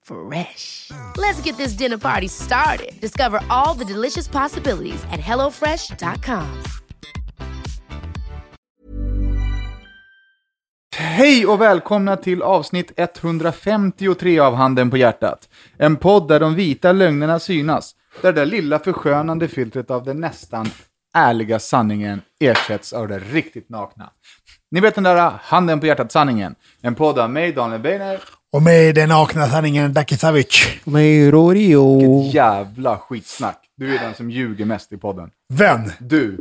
Fresh. Let's get this dinner party started. Discover all the delicious possibilities at hellofresh.com. Hej och välkomna till avsnitt 153 av Handen på hjärtat. En podd där de vita lögnerna synas. Där det där lilla förskönande filtret av den nästan ärliga sanningen ersätts av det riktigt nakna. Ni vet den där Handen på hjärtat-sanningen. En podd av mig, Daniel Beiner. Och med den nakna sanningen Daki Savic. Med Rorio. Jävla skitsnack. Du är den som ljuger mest i podden. Vem? Du.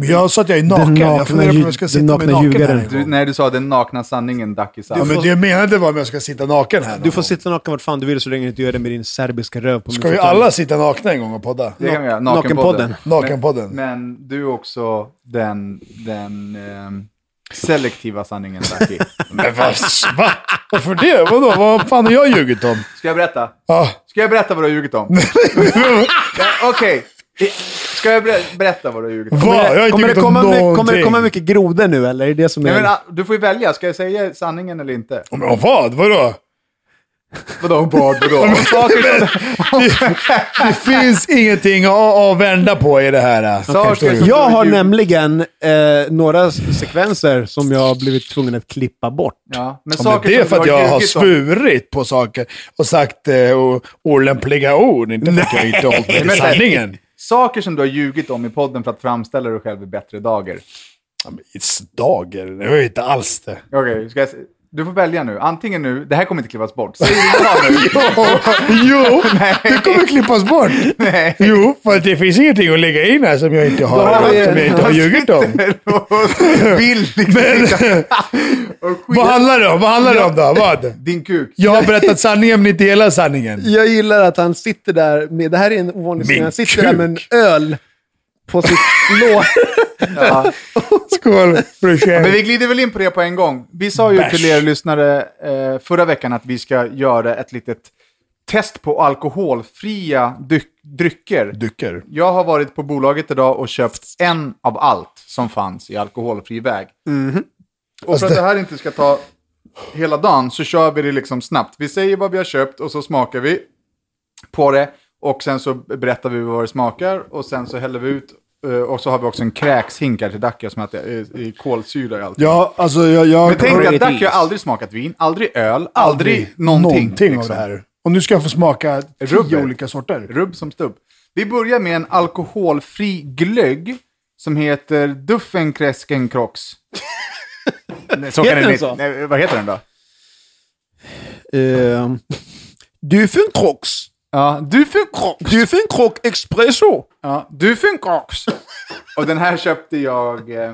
Men jag sa att jag är naken. jag nakna funderar på om ljud- jag ska den sitta nakna med naken ljugaren. här en du gång. när du sa den nakna sanningen, Dakis. Ja, men det jag menade var om jag ska sitta naken här. Du får sitta naken vart fan du vill så länge du inte gör det med din serbiska röv på min Ska vi fotölj. alla sitta nakna en gång och podda? Det kan vi göra. Nakenpodden. Nakenpodden. Men du är också den, den ehm, selektiva sanningen, Daki. Men vad? Va? Varför det? Vadå? Vad fan har jag ljugit om? Ska jag berätta? Ja. Ska jag berätta vad du har ljugit om? Ja, Okej. I- Ska jag ber- berätta vad du har ljugit om? Va? Jag har inte Kommer det, ljugit om komma någonting. mycket, kommer det komma mycket grodor nu eller? Är det det som är... Jag menar, du får ju välja. Ska jag säga sanningen eller inte? Om- Om vad? Vadå? Vadå? Vad? Vadå? Om Saker som, Det finns ingenting att att vända på i det här. eh. Saker Förstår du? som- jag har ljud. nämligen eh, några s- sekvenser som jag har blivit tvungen att klippa bort. ja, men Ja, men saker det är som för att du jag har ljugit om. svurit på saker och sagt eh, o- olämpliga ord. Inte för att jag inte hållit mig Men till vänta. sanningen. Saker som du har ljugit om i podden för att framställa dig själv i bättre dagar. Ja, men Dager? Det var ju inte alls det. Okej, ska jag... se- Du får välja nu. Antingen nu, det här kommer inte klippas bort. Säg ja nu. Jo, det kommer klippas bort. Nej. Jo, för att det finns ingenting att lägga in här som jag inte har, har vi- som jag inte har ljugit om. Och Vill liksom Men- och skit. Vad handlar det om? Vad handlar det om då? Vad? Din kuk. Jag har berättat sanningen, men inte hela sanningen. Jag gillar att han sitter där med, det här är en ovanlig Min scen, han sitter där med en kuk. öl på sitt lår. Skål, brorsan. Men vi glider väl in på det på en gång. Vi sa ju Bärs. till er lyssnare eh, förra veckan att vi ska göra ett litet test på alkoholfria dyk- drycker. Dyker. Jag har varit på bolaget idag och köpt en av allt som fanns i alkoholfri väg. Mhm. Och Alltså för att det här inte ska ta hela dagen så kör vi det liksom snabbt. Vi säger vad vi har köpt och så smakar vi på det. Och sen så berättar vi vad det smakar och sen så häller vi ut. eh, Och så har vi också en kräkshink här till Dacke som heter eh, i kolsyra i allt. Ja, alltså jag... jag Men tänk dig att aldrig, Dacke har aldrig smakat vin, aldrig öl, aldrig, någonting. av liksom. det här. Och nu ska jag få smaka tio Rubber. olika sorter. Rubb som stubb. Vi börjar med en alkoholfri glögg som heter Duffenkräskenkrox. Nej, så kan Heter den inte- så? Nej, vad heter den då? Eh, du får en krox. Ja, Duffenkrox. Du får en krock espresso. Ja, Duffenkrox. Och den här köpte jag eh,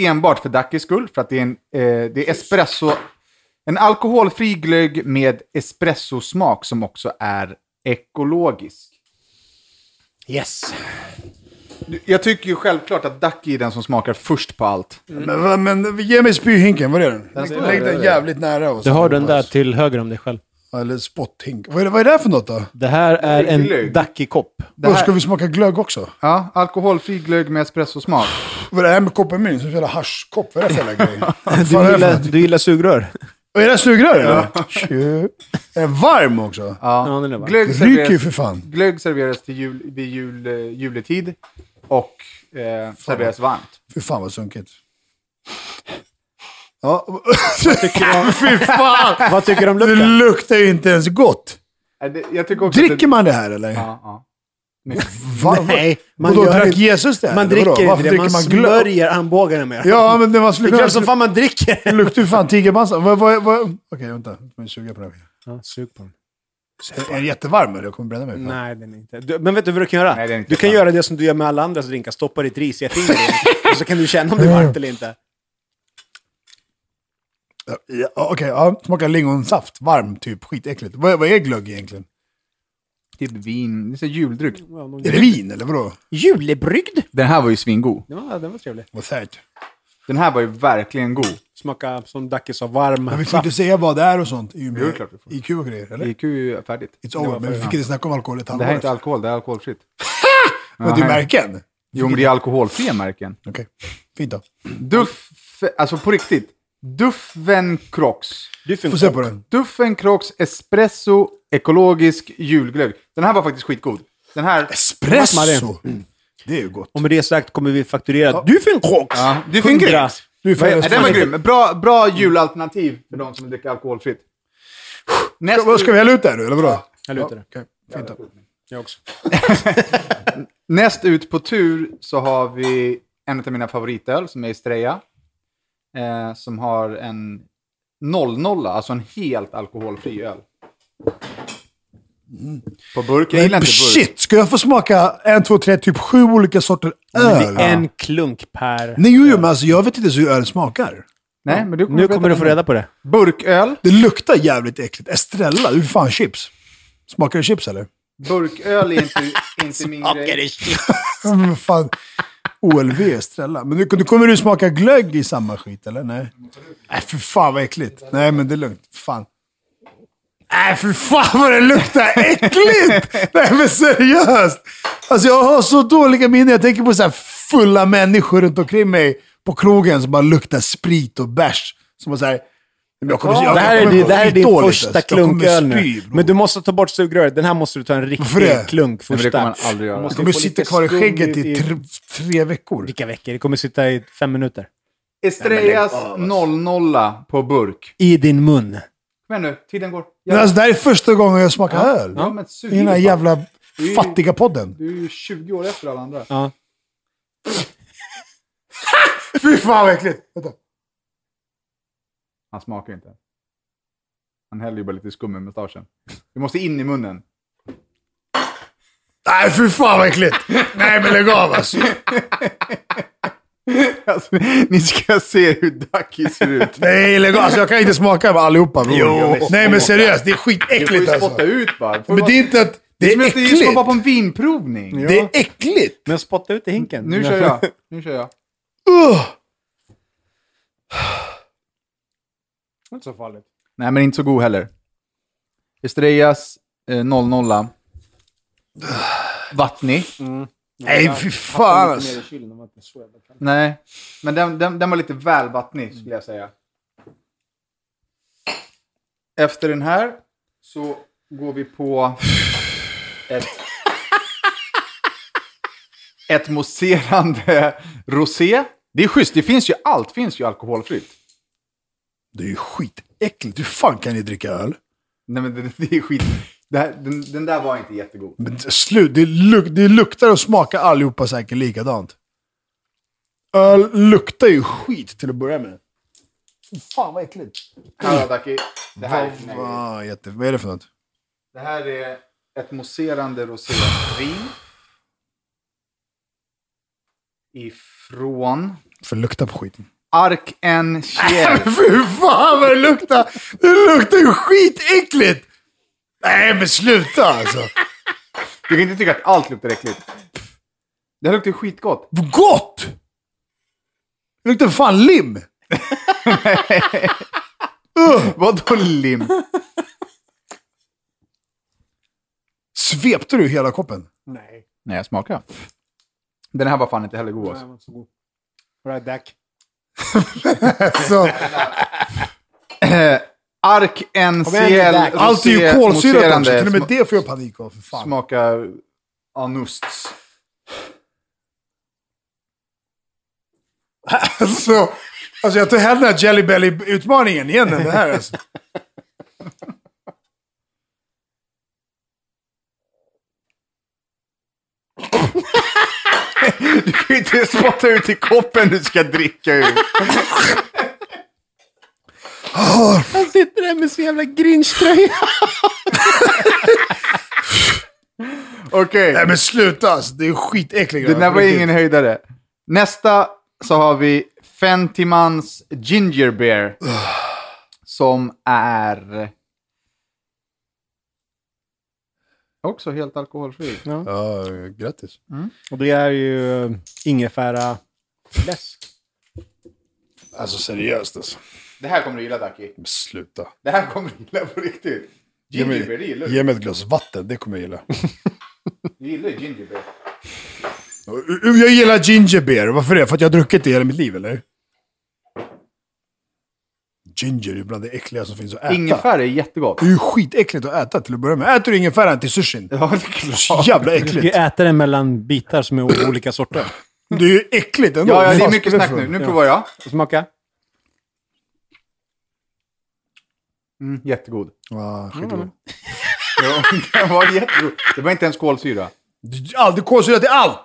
enbart för Dackes skull, för att det är en eh, det är espresso... En alkoholfri glögg med espressosmak som också är ekologisk. Yes. Jag tycker ju självklart att Ducky är den som smakar först på allt. Mm. Men, va- men ge mig spyhinken, var är den? står Lägg där. den jävligt nära oss. Du har den där till höger om dig själv. Eller spotthink. Vad är, det, vad är det här för något då? Det här är Glögg. en Dacke-kopp. Och Ska vi smaka glögg också? Ja, alkoholfri glögg med espressosmak. Vad är det här med koppen min? Som en jävla haschkopp? Vad är det för jävla grej? Fan, vad Du är det för gillar, något? du gillar sugrör? Och Är den sugrör eller? Tjö. Är den varm också? Ja, den är varm. Glögg Det ryker ju serveras, för fan. glögg serveras till jul, vid jul, eh, juletid och eh, serveras varmt. Fy fan vad sunkigt. Ja. Fy fan! Vad tycker du om Det lukten? luktar ju inte ens gott. Äh, det- Jag tycker också att Dricker man det här eller? det, ja, ja. Va? Nej, Man man då gör drack inte- Jesus det här, Man eller vadå? dricker Varför inte det, man, glögg? smörjer armbågarna med. Ja, men det var det är klart som slut. fan man dricker. Det luktar ju fan tigermassa. Vad- vad- vad- Okej, vänta. Jag kommer suga på den. här. Ja, sug på den. Är den jättevarm eller? Jag kommer bränna mig. fan. Nej, den är inte. Du, men vet du vad du kan göra? Nej, den är inte du kan fan. göra det som du gör med alla andras drinkar, stoppa ditt risiga finger i och så kan du känna om det är varmt eller inte. Ja, Okej, ja, smakar lingonsaft. Varm typ. Skitäckligt. Vad, vad är glögg egentligen? Typ vin, det är så juldryck. Är det vin eller vadå? Julebryggd! Den här var ju svingod. Ja, den var trevlig. Vad säkert. Den här var ju verkligen god. Smaka, som Dacke sa, varm Men vi får saft. inte säga vad det är och sånt. I och med Jo, det är klart vi får. IQ och grejer, eller? IQ är ju färdigt. It's over, men vi fick inte snacka om alkohol i ett Det här halvår. är inte efter. alkohol, det här är alkoholfritt. Men det är märken. Jo, men det är alkoholfria märken. Okej, fint då. Duff, alltså på riktigt. Duffenkrox. Du får Får se på den. Duffenkrox espresso ekologisk julglögg. Den här var faktiskt skitgod. Den här... Espresso! Det är ju gott. Och med det sagt kommer vi fakturera att du får en chock! Ja, du får en Hundra. grymt. Du är fan- Ja, den var grym. Bra, bra julalternativ för de som dricker alkoholfritt. Näst, Vad ska vi hälla ut där nu, eller vadå? Jag lutar det. Okej, fint då. Jag också. näst ut på tur så har vi en av mina favoritöl som är Estrella. Eh, som har en 00, alltså en helt alkoholfri öl. På burk. Jag gillar Men inte burk. shit, ska jag få smaka en, två, tre, typ sju olika sorter öl? Det är en klunk per... Nej, jo, jo, men alltså jag vet inte ens hur öl smakar. Nej, men du kommer Nu veta kommer du det få reda på det. Burköl. Det luktar jävligt äckligt. Estrella, det är för fan chips. Smakar det chips eller? Burköl är inte, inte min grej. Ja, men vad fan. OLV Estrella. Men nu, nu kommer du smaka glögg i samma skit, eller? Nej. Nej, för fan vad äckligt. Nej, men det är lugnt. Fan. Nej, för fan vad det luktar äckligt! Nej, men seriöst! Alltså jag har så dåliga minnen. Jag tänker på så här fulla människor runt omkring mig på krogen som bara luktar sprit och bärs. Som var så här... Men jag kommer, jag, Det här är, jag din- kommer det här är skit din dåligt, första alltså. Jag kommer klunköl nu. spy, bror. Men du måste ta bort sugröret. Den här måste du ta en Varför det? riktig klunk Nej, men det första. kommer man aldrig göra. måste Jag kommer få sitta lite kvar i skum skägget i tre, tre veckor. Vilka veckor? Det kommer sitta i fem minuter. Estrellas 00 på burk. I din mun. Men nu, tiden går. Men alltså, det här är första gången jag smakar öl. Ja, men sug I den här i, fan. jävla är- fattiga podden. Du är ju 20 år efter alla andra. Ja. Fy fan vad äckligt! Vänta. Han smakar ju inte. Han häller ju bara lite skum i mustaschen. Du måste in i munnen. Nej, fy fan vad äckligt! Nej, men lägg av alltså. Alltså, ni ska se hur Ducky ser ut. Nej, lägg av. Alltså, jag kan inte smaka med allihopa bror. Jo. Nej, men seriöst. Det är Du får ju skitäckligt alltså. spotta ut bara. Men det är inte att... Det är Det är ju som att vara på äckligt. en vinprovning. Det är äckligt! Men spotta ut i hinken. Nu kör jag. Nu kör jag. Ugh. inte så farligt. Nej, men inte så god heller. Estrellas eh, 00. Vattnig. Nej, fy fan alltså. Nej, men den, den, den var lite väl vattnig skulle jag säga. Efter den här så går vi på ett, ett mousserande rosé. Det är schysst, det finns ju allt finns ju alkoholfritt. Det är ju skitäckligt. Hur fan kan ni dricka öl? Nej men det, det är skit. Det här, den, den där var inte jättegod. Men t- slut, det, luk, det luktar och smakar allihopa säkert likadant. Öl luktar ju skit till att börja med. Fan vad äckligt. Karadaki, det här är för mig. Ah, jätte, vad är det för något? Det här är ett mousserande rosévin. Ifrån För lukta på skiten. Ark en Kjell. Fy fan vad det luktar! Det luktar ju skitäckligt! Nej men sluta alltså. Du kan inte tycka att allt luktar äckligt. Det här luktar skitgott. Gott! Det luktar fan lim! Vadå lim? Svepte du hela koppen? Nej. Nej, jag smakar. Den här var fan inte heller god Det här alltså. var inte så god. Right back. Så, Eh, Ark NCL Dac. allt är ju rosé- kolsyrat kanske. mousserande Till och med sma- det får jag panik av. För fan. Smakar anusts. Alltså, alltså jag tar hellre den här Jelly Belly-utmaningen igen än det här. Alltså. Du kan ju inte spotta ut i koppen du ska dricka ur. Han sitter där med sin jävla grinch-tröja. Okej, Nej men sluta alltså. Det är skitäckligt. den där var ingen höjdare. Nästa så har vi Fentimans Ginger Beer. Som är... Också helt alkoholfri. Ja, grattis. Och det är ju eh, ingefära läsk. Alltså seriöst alltså. Det här kommer du gilla, Daki. Men Sluta. Det här kommer du gilla på riktigt. Ge Ginger Beer, det mig, gillar du. ge mig ett glas vatten, det kommer jag gilla. Du gillar ju Ginger Beer. Jag gillar ginger beer. Varför det? För att jag har druckit det hela mitt liv, eller? Ginger är ju bland det äckliga som finns att äta. Ingefära är jättegott. Det är ju skitäckligt att äta till att börja med. Äter du ingefära till sushin? Ja, det är Så klart. jävla Du äckligt. äter den mellan bitar som är olika sorter. Det är ju äckligt ändå. Ja, ja, det är Fan, mycket spelar snack för nu. roll? Nu provar jag. Smaka. Mm, jättegod. Ja, skitgod. Ja, den var jättegod. Det var inte ens kolsyra. Det är Aldrig kolsyra till allt!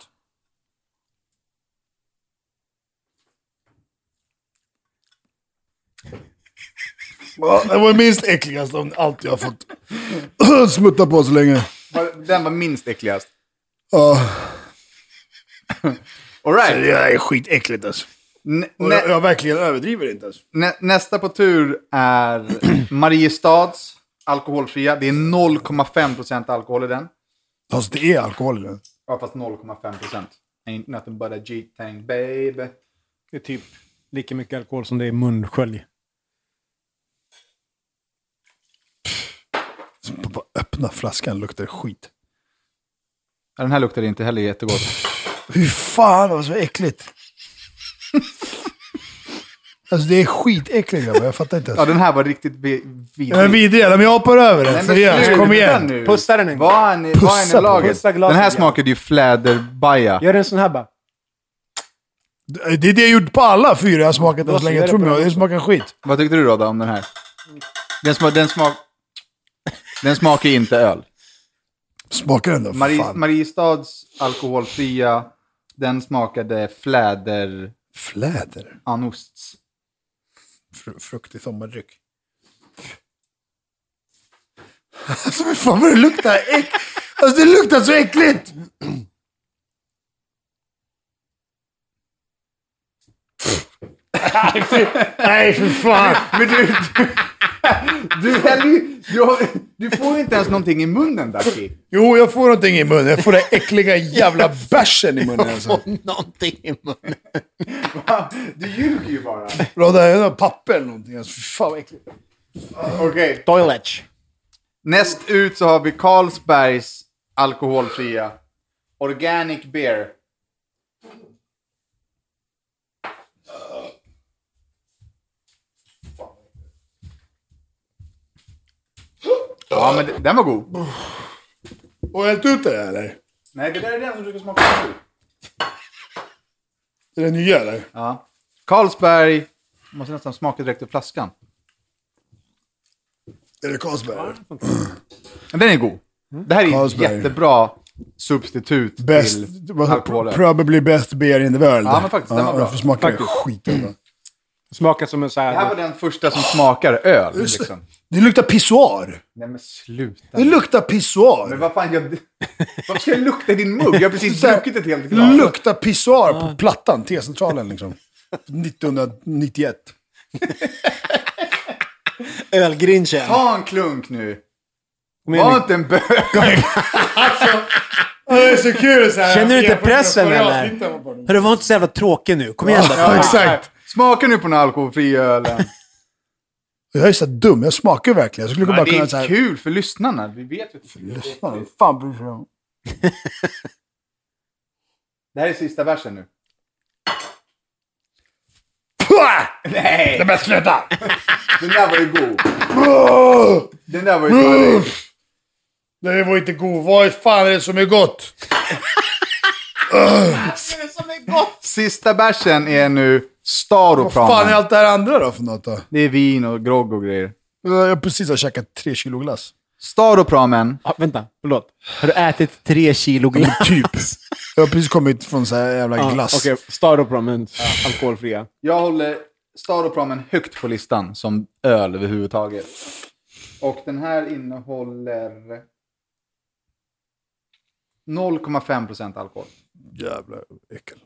Ja, Det var minst äckligaste av allt jag har fått smutta på så länge. Var- Den var minst äckligast. Ja, All det right. är skitäckligt alltså. N- Och nä- jag, jag verkligen överdriver inte alltså. nä- nästa på tur är Mariestads alkoholfria. Det är 0,5% alkohol i den. Fast Alltså, det är alkohol i den. Ja, fast 0,5%. Ain't nothing but a G-tang baby. Det är typ lika mycket alkohol som det är munskölj. Så Bara öppna flaskan luktar skit. Ja, Den här luktar inte heller jättegott. Hur fan, det var så äckligt. Alltså det är skitäckligt grabbar, jag fattar inte Ja, ens. den här var riktigt vi- Jag är vidrig. vidrig, men jag hoppar över Nej, den. men sluta Seriöst, kom med igen. nu. Pussa den en gång. Var är ni- Pussa var är ni på- laget? pussa glaset Den här igen. smakade ju fläderbaja. Gör en sån här bara. Det är det jag gjort på alla fyra jag har smakat än så Vad länge. är det Tror på mig, den? det smakar skit. Vad tyckte du Rodda om den här? Den, sma- den, smak- den smakar ju inte öl. Smakar den då? för Marie, fan. Mariestads alkoholfria, den smakade fläder Fläder. anosts. Fr- fruktig sommardryck. Alltså fy fan vad det luktar äck... Alltså det luktar så äckligt! Nej för fan! Men du, du, du, häller ju- du, har- du får inte ens någonting i munnen Daki. Jo, jag får någonting i munnen. Jag får den äckliga jävla bärsen i munnen alltså. Någonting i munnen. Du ljuger ju bara. Radda, jag har papper eller någonting. Alltså, fy fan vad äckligt. Okej. Toilet. Näst ut så har vi Carlsbergs alkoholfria Organic Beer. Ja, men det- den var god. Och hällt ut det här, eller? Nej, det där är den som du ska smaka nu. Är det nya eller? Ja. Carlsberg. Jag måste nästan smaka direkt ur flaskan. Är det Carlsberg? Men den är god. Det här är ett Mm. Carlsberg. jättebra substitut Bäst, till alkoholen. probably best beer in the world. Ja, men faktiskt, den var bra. Jag får smaka det alltså. Faktiskt. skiten bra. Smakar som en så Det här här... var den första som smakar öl. Liksom. Det luktar pissoar. Nej men sluta. Det luktar Men pissoar. vad fan, jag... varför ska jag lukta i din mugg? Jag har precis Så här, druckit ett helt glas. Luktar pissoar på Plattan, T-centralen liksom. 1991. Ölgrinchen. Ta en klunk nu. Kom igen, Var Nick. inte en bög. Det är så kul så här. Känner du inte Jag får- jag pressen, får- jag eller? tittar på dem. Hörru, var inte så jävla tråkig nu. Kom igen då. Ja, exakt. Smaka nu på den alkoholfria ölen. Jag är så dum, jag smakar verkligen. Jag skulle Ja, bara det kunna är säga... kul för lyssnarna. Vi vet ju att Fan, fan bryr sig om? Det här är sista versen nu. Pah! Nej! Men sluta! Den där var ju god. Brr! Den där var ju fan god. Det var inte god. Vad fan är det som är gott? Sista bärsen är nu Vad fan är Staropramen. allt det här andra då för något då? Det är vin och grogg och grejer. Jag har precis har käkat tre kilo glass. Staropramen. Ja, Ah, vänta, förlåt. Har du ätit tre kilo glass? Typ. Jag har precis kommit från så här jävla Ja, glass. Okej, Staroprom, men alkoholfria. Jag håller Staropramen högt på listan som öl överhuvudtaget. Och den här innehåller 0,5% alkohol. Jävla äckel.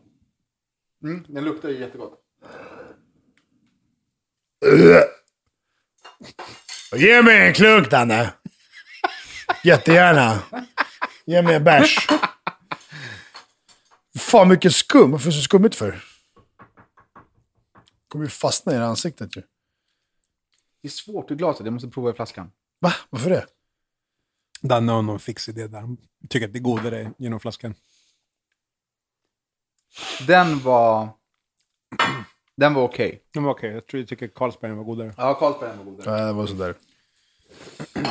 Mm, den luktar ju jättegott. Äh. Ge mig en klunk Danne. Jättegärna. Ge mig en bärs. Fan mycket skum. Varför är det så skummigt för? kommer ju fastna i det här ansiktet ju. Det är svårt ur glaset, jag måste prova i flaskan. Va? Varför det? Danne har någon fix idé där. Han tycker att det är godare genom flaskan. Den var... Den var okej. Men okej, jag tror du tycker Carlsberg var godare. Ja, Carlsberg var godare. Nej, det var sådär.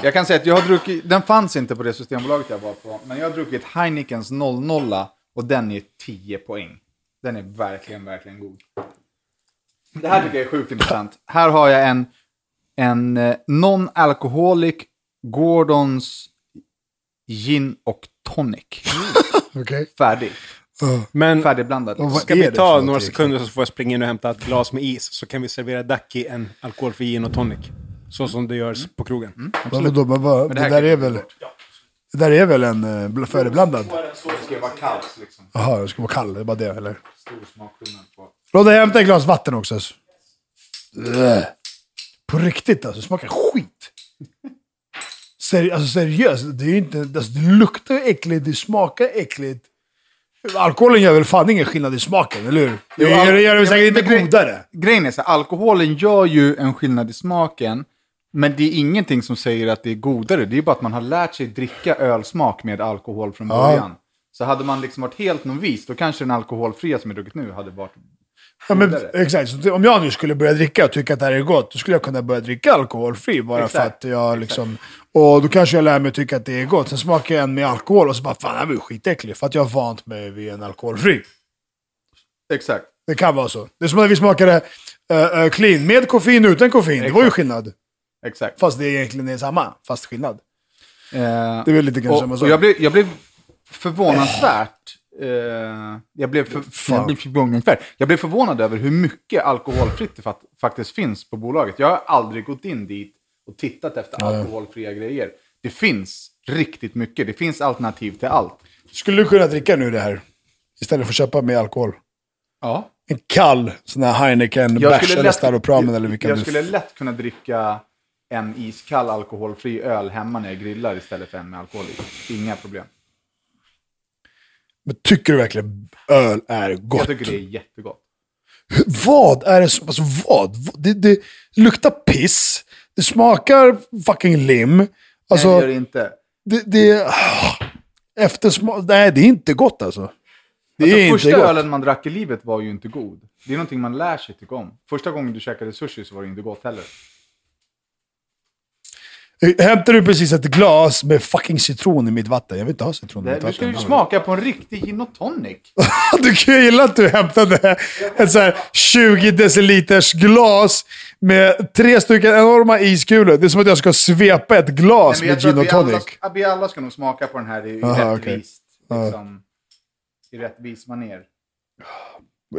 Jag kan säga att jag har druckit, den fanns inte på det systembolaget jag var på, men jag har druckit Heinekens 00 och den är 10 poäng. Den är verkligen, verkligen god. Det här tycker jag är sjukt intressant. Här har jag en, en eh, non-alcoholic Gordons gin och tonic. Okej. Färdig. Men Färdigblandad. Och vad ska är vi det för ta något några egentligen? sekunder så får jag springa in och hämta ett glas med is så kan vi servera Ducky en alkoholfri gin och tonic. Så som det görs på krogen. Vadå då? Men vad, det, här där kan- är väl, det där är väl en eh, bl- färdigblandad? Det ska ju vara kallt liksom. Jaha, det ska vara kall. Det är bara det, eller? Stor smakskillnad på. Rodde, hämta ett glas vatten också. Ugh. På riktigt alltså, det smakar skit. Seri alltså seriöst, det, är ju inte, alltså, det luktar ju äckligt, det smakar äckligt. Alkoholen gör väl fan ingen skillnad i smaken, eller hur? Det Jo, gör, det gör det ja, säkert men inte gre- godare. Grejen är så här, alkoholen gör ju en skillnad i smaken, men det är ingenting som säger att det är godare. Det är ju bara att man har lärt sig dricka ölsmak med alkohol från början. Så hade man liksom varit helt novis, då kanske den alkoholfria som jag druckit nu hade varit... Ja, men, godare. exakt, så om jag nu skulle börja dricka och tycka att det här är gott, då skulle jag kunna börja dricka alkoholfri bara Exakt, för att jag liksom... Och då kanske jag lär mig att tycka att det är gott. Sen smakar jag en med alkohol och så bara fan, det här var ju skitäcklig för att jag har vant mig vid en alkoholfri. Exakt. Det kan vara så. Det är som när vi smakade eh, eh, clean med koffein och utan koffein. Det var ju Exakt. skillnad. Exakt. Fast det egentligen är samma, fast skillnad. Eh, Det är väl lite grann och, samma och sak. jag blev, jag blev förvånansvärt... Eh, jag, blev för, jag, blev förvånansvärt. jag blev förvånad över hur mycket alkoholfritt det fat, faktiskt finns på bolaget. Jag har aldrig gått in dit och tittat efter alkoholfria grejer. Det finns riktigt mycket. Det finns alternativ till allt. Skulle du kunna dricka nu det här? Istället för att köpa med alkohol. Ja. En kall sån här Heineken, bärs eller Staropramen eller vilken jag du- skulle lätt kunna dricka en iskall alkoholfri öl hemma när jag grillar istället för en med alkohol i. Inga problem. Men tycker du verkligen öl är gott? Jag tycker det är jättegott. Vad är det som... Alltså vad? Det, det luktar piss. Det smakar fucking lim. Alltså, Nej, det gör det inte. det... det ah, eftersmak... Nej, det är inte gott alltså. Det är Alltså, inte första gott. ölen man drack i livet var ju inte god. Det är någonting man lär sig tycka om. Första gången du käkade sushi så var det inte gott heller. Hämtar du precis ett glas med fucking citron i mitt vatten? Jag vill inte ha citron i Det, mitt du ska vatten. ju smaka på en riktig gin och tonic. Du kan ju gilla att du hämtade ett så här 20 deciliters glas med tre stycken enorma iskulor. Det är som att jag ska svepa ett glas Men jag med tror gin att och vi alla, tonic. ska- vi alla ska nog smaka på den här i, i Aha, rättvist. Liksom, I rättvis manér.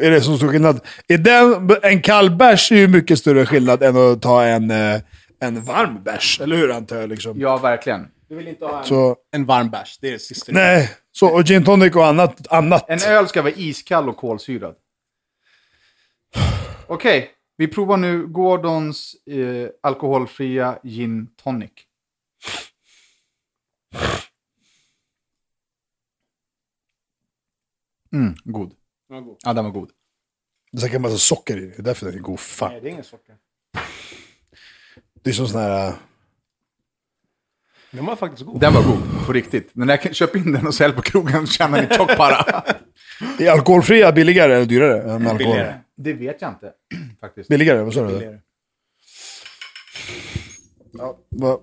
Är det så stor skillnad? Är den, en kall bärs är ju mycket större skillnad än att ta en, eh, en varm bärs. Eller hur antar jag? Liksom. Ja, verkligen. Du vill inte ha en, Så, en varm bärs, det är det sista. nej. Så, och gin tonic och annat. annat. En öl ska vara iskall och kolsyrad. Okej, vi provar nu Gordons eh, alkoholfria gin tonic. Mm, god. Ja, den var god. Det är säkert en massa socker i det. Det är därför den är god. Fan. Nej, det är ingen socker. Det är som sån här... äh, Den var faktiskt god. Den var god, på riktigt. Men när jag kan- köp in den och sälj på krogen så tjänar ni tjock para. Är alkoholfria billigare eller dyrare? Än alkohol? Billigare. Det vet jag inte, faktiskt. Billigare? Vad sa du? Ja, vad,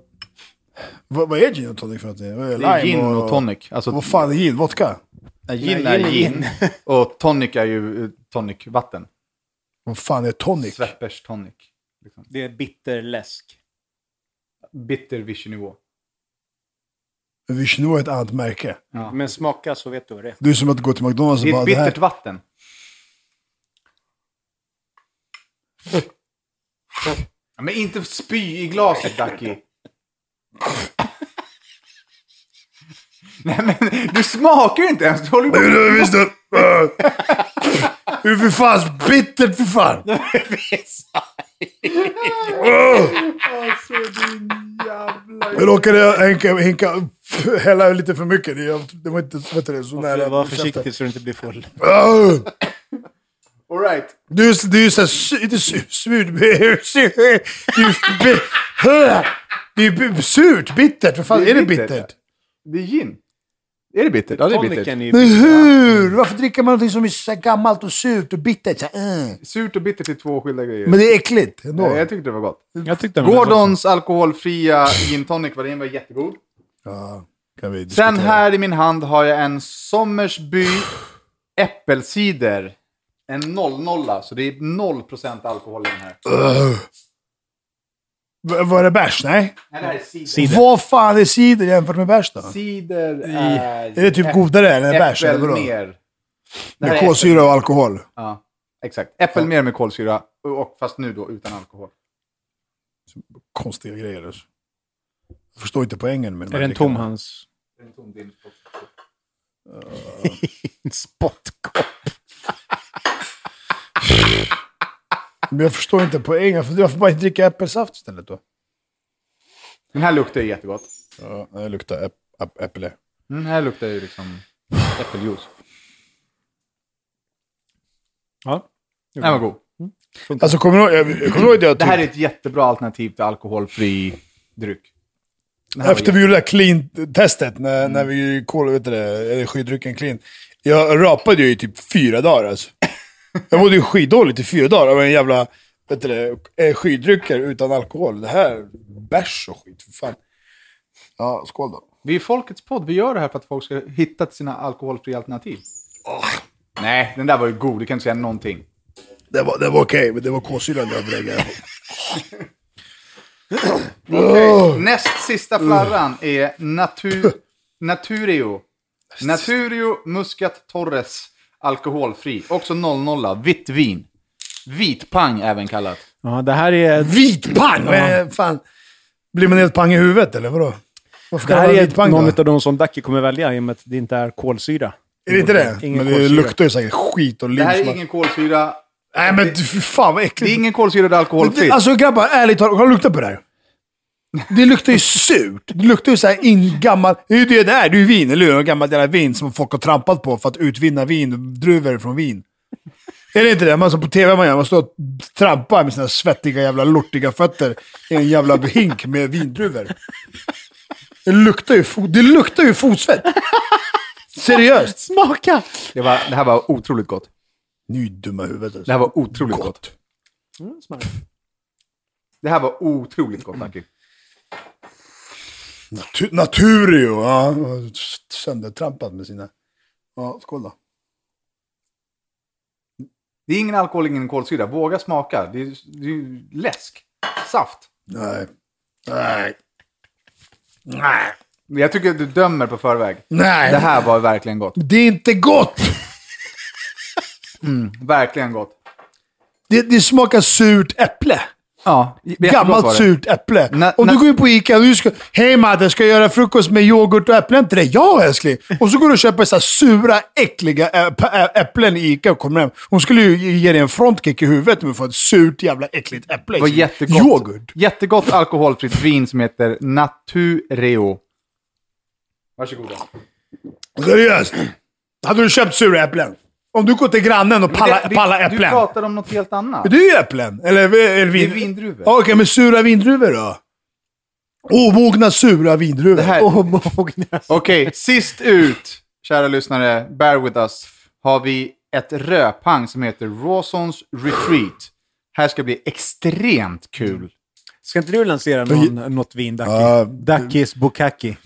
vad, vad är gin och tonic för någonting? Vad är Det lime är gin och tonic. Alltså, Vad fan är gin? Vodka? nej, gin är gin. Och tonic är ju eh, tonicvatten. Vad fan är tonic? Sveppers tonic. Liksom. Det är bitterläsk. Bitter Alltså, vischnivå. Vichno är ett annat märke. Men smaka så vet du vad det är. Det är som att gå till McDonalds Det och är bara... Det ett bittert här, vatten. Ja, Men inte spy i glaset, Ducky. Nej men, du smakar ju inte ens. Du håller ju bara... Du visste... Äh. Det är för fan bittert för fan! Alltså din jävla... Jag råkade hinka, hinka, hälla lite för mycket. Det, det var inte vet du, det, så nära. Var försiktig så du inte blir full. Äh. Alright. Det är ju- det är ju såhär, su- inte su- surt, det är ju bi- surt, bittert. Vad fan Det är är det bittert. bittert? Det är gin. Är det bittert? Ja, det är bittert. Toniken är ju... Men hur? Varför dricker man någonting som är så här gammalt och surt och bittert? Så här, eh. Surt och bittert är två skilda grejer. Men det är äckligt ändå. Nej, jag tyckte det var gott. Jag tyckte den var Gordons alkoholfria gin tonic var, den var jättegod. Ja, kan vi diskutera. Sen här i min hand har jag en Sommersby äppelcider. En 00, så det är 0% alkohol i den här. Äh. V- Var det bärs? Nej. Nej, det här är cider. Vad fan är cider jämfört med bärs då? Cider är... Är det typ godare än bärs? eller vadå? Äppelmer. Det här Med är äppel- kolsyra och alkohol. Ja, exakt. Äppelmer med kolsyra, och, fast nu då utan alkohol. Konstiga grejer. alltså. Jag förstår inte poängen med Är de här det en drickorna. tomhans? En spottkopp. Men jag förstår inte poängen. För jag får bara inte dricka äppelsaft istället då. Den här luktar ju jättegott. Ja, det luktar äpp, äpp, äpple. Den här luktar ju liksom äppeljuice. Ja. Den var god. Alltså kommer du ihåg, jag, jag kommer ihåg det jag Det här är typ, ett jättebra alternativ till alkoholfri dryck. Det här var Efter vi gjorde det där clean-testet, när, när vi kollade, vet du det, energidrycken clean. Jag rapade ju i typ fyra dagar alltså. Jag mådde ju skitdåligt i fyra dagar av en jävla, vet du det, energidrycker utan alkohol. Det här, bärs och skit, för fan. Ja, skål då. Vi är folkets podd. Vi gör det här för att folk ska hitta sina alkoholfria alternativ. Nej, den där var ju god. Du kan inte säga någonting. Det var, det var okej, men det var kolsyran jag bläggade. Näst sista flarran är Natur, Naturio. Naturio Muscat Torres. Alkoholfri. Också 00. Vitt vin. Vitpang även kallat. Ja, det här är... Vit pang! Men fan, blir man helt pang i huvudet eller vadå? Det Varför kan här man vara vit är pang då? någon av de som Ducky kommer välja i och med att det inte är kolsyra. Är det inte det? Ingen men det kolsyra. luktar ju säkert skit och Det här lim. är ingen kolsyra. Nej men du, fy fan vad Det är äckligt. ingen kolsyra, det är alkoholfritt. alltså grabbar, ärligt talat, kolla lukta på det här. Det luktar ju surt. Det luktar ju såhär in gammal... Det är ju det det är. Det är ju vin, eller hur? Gammalt jävla vin som folk har trampat på för att utvinna vindruvor från vin. Är det inte det? Man som på tv man gör. Man står och trampar med sina svettiga jävla lortiga fötter i en jävla hink med vindruvor. Det luktar ju, fo- det luktar ju fotsvett. Seriöst. Smaka! Det, var, det här var otroligt gott. Ni är ju dumma i huvudet. alltså. Det här var otroligt gott. Det här var otroligt gott, Anki. Natu- Naturio, ja. Söndertrampad med sina... Ja, skål då. Det är ingen alkohol, ingen kolsyra. Våga smaka. Det är, det är ju läsk. Saft. Nej. Nej. Nej. Jag tycker att du dömer på förväg. Nej. Det här var verkligen gott. Det är inte gott! Verkligen gott. Det, det smakar surt äpple. Ja, jättegott var Gammalt det. surt äpple. Na- Om du na- går in på Ica och du ska... Hej Madde, ska jag göra frukost med yoghurt och äpplen till dig? Ja älskling! Och så går du och köper så här sura, äckliga äpp- ä- äpplen i Ica och kommer hem. Hon skulle ju ge dig en frontkick i huvudet om du får ett surt jävla äckligt äpple. Det var jättegott. Yoghurt. Jättegott alkoholfritt vin som heter Natureo. Varsågoda. Seriöst? Hade du köpt sura äpplen? Om du går till grannen och pallar Det- vi- pallar Du äpplen. pratar om något helt annat. Det är ju äpplen. Eller, eh, eller vin... Det är vindruvor. Ja, Okej, men sura vindruvor då? Omogna sura vindruvor. Det här- Omogna. Okej, sist ut, kära lyssnare, bear with us, har vi ett röpang som heter Rawsons Retreat. Här ska bli extremt kul. Ska inte du lansera någon, något vin, Ducky? Ja. Duckys Bukaki.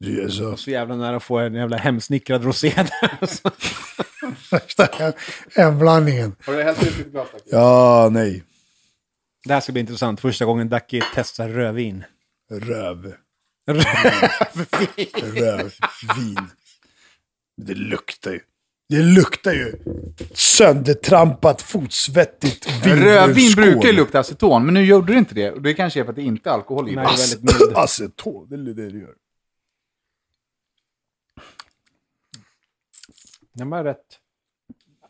Jesus. Så jävla nära att få en jävla hemsnickrad rosé där. alltså. Värsta hem- hemblandningen. Har du hällt ut ditt glas? Ja, nej. Det här ska bli intressant. Första gången Ducky testar rödvin. Röv. Rödvin. Röv. Vin. Det luktar ju. Det luktar ju söndertrampat, fotsvettigt vindruvsskål. Rödvin brukar ju lukta aceton, men nu gjorde det inte det. Och Det kanske är för att det inte är alkohol i Nej, det det. är väldigt mild. Aceton, det är det du gör. Den var rätt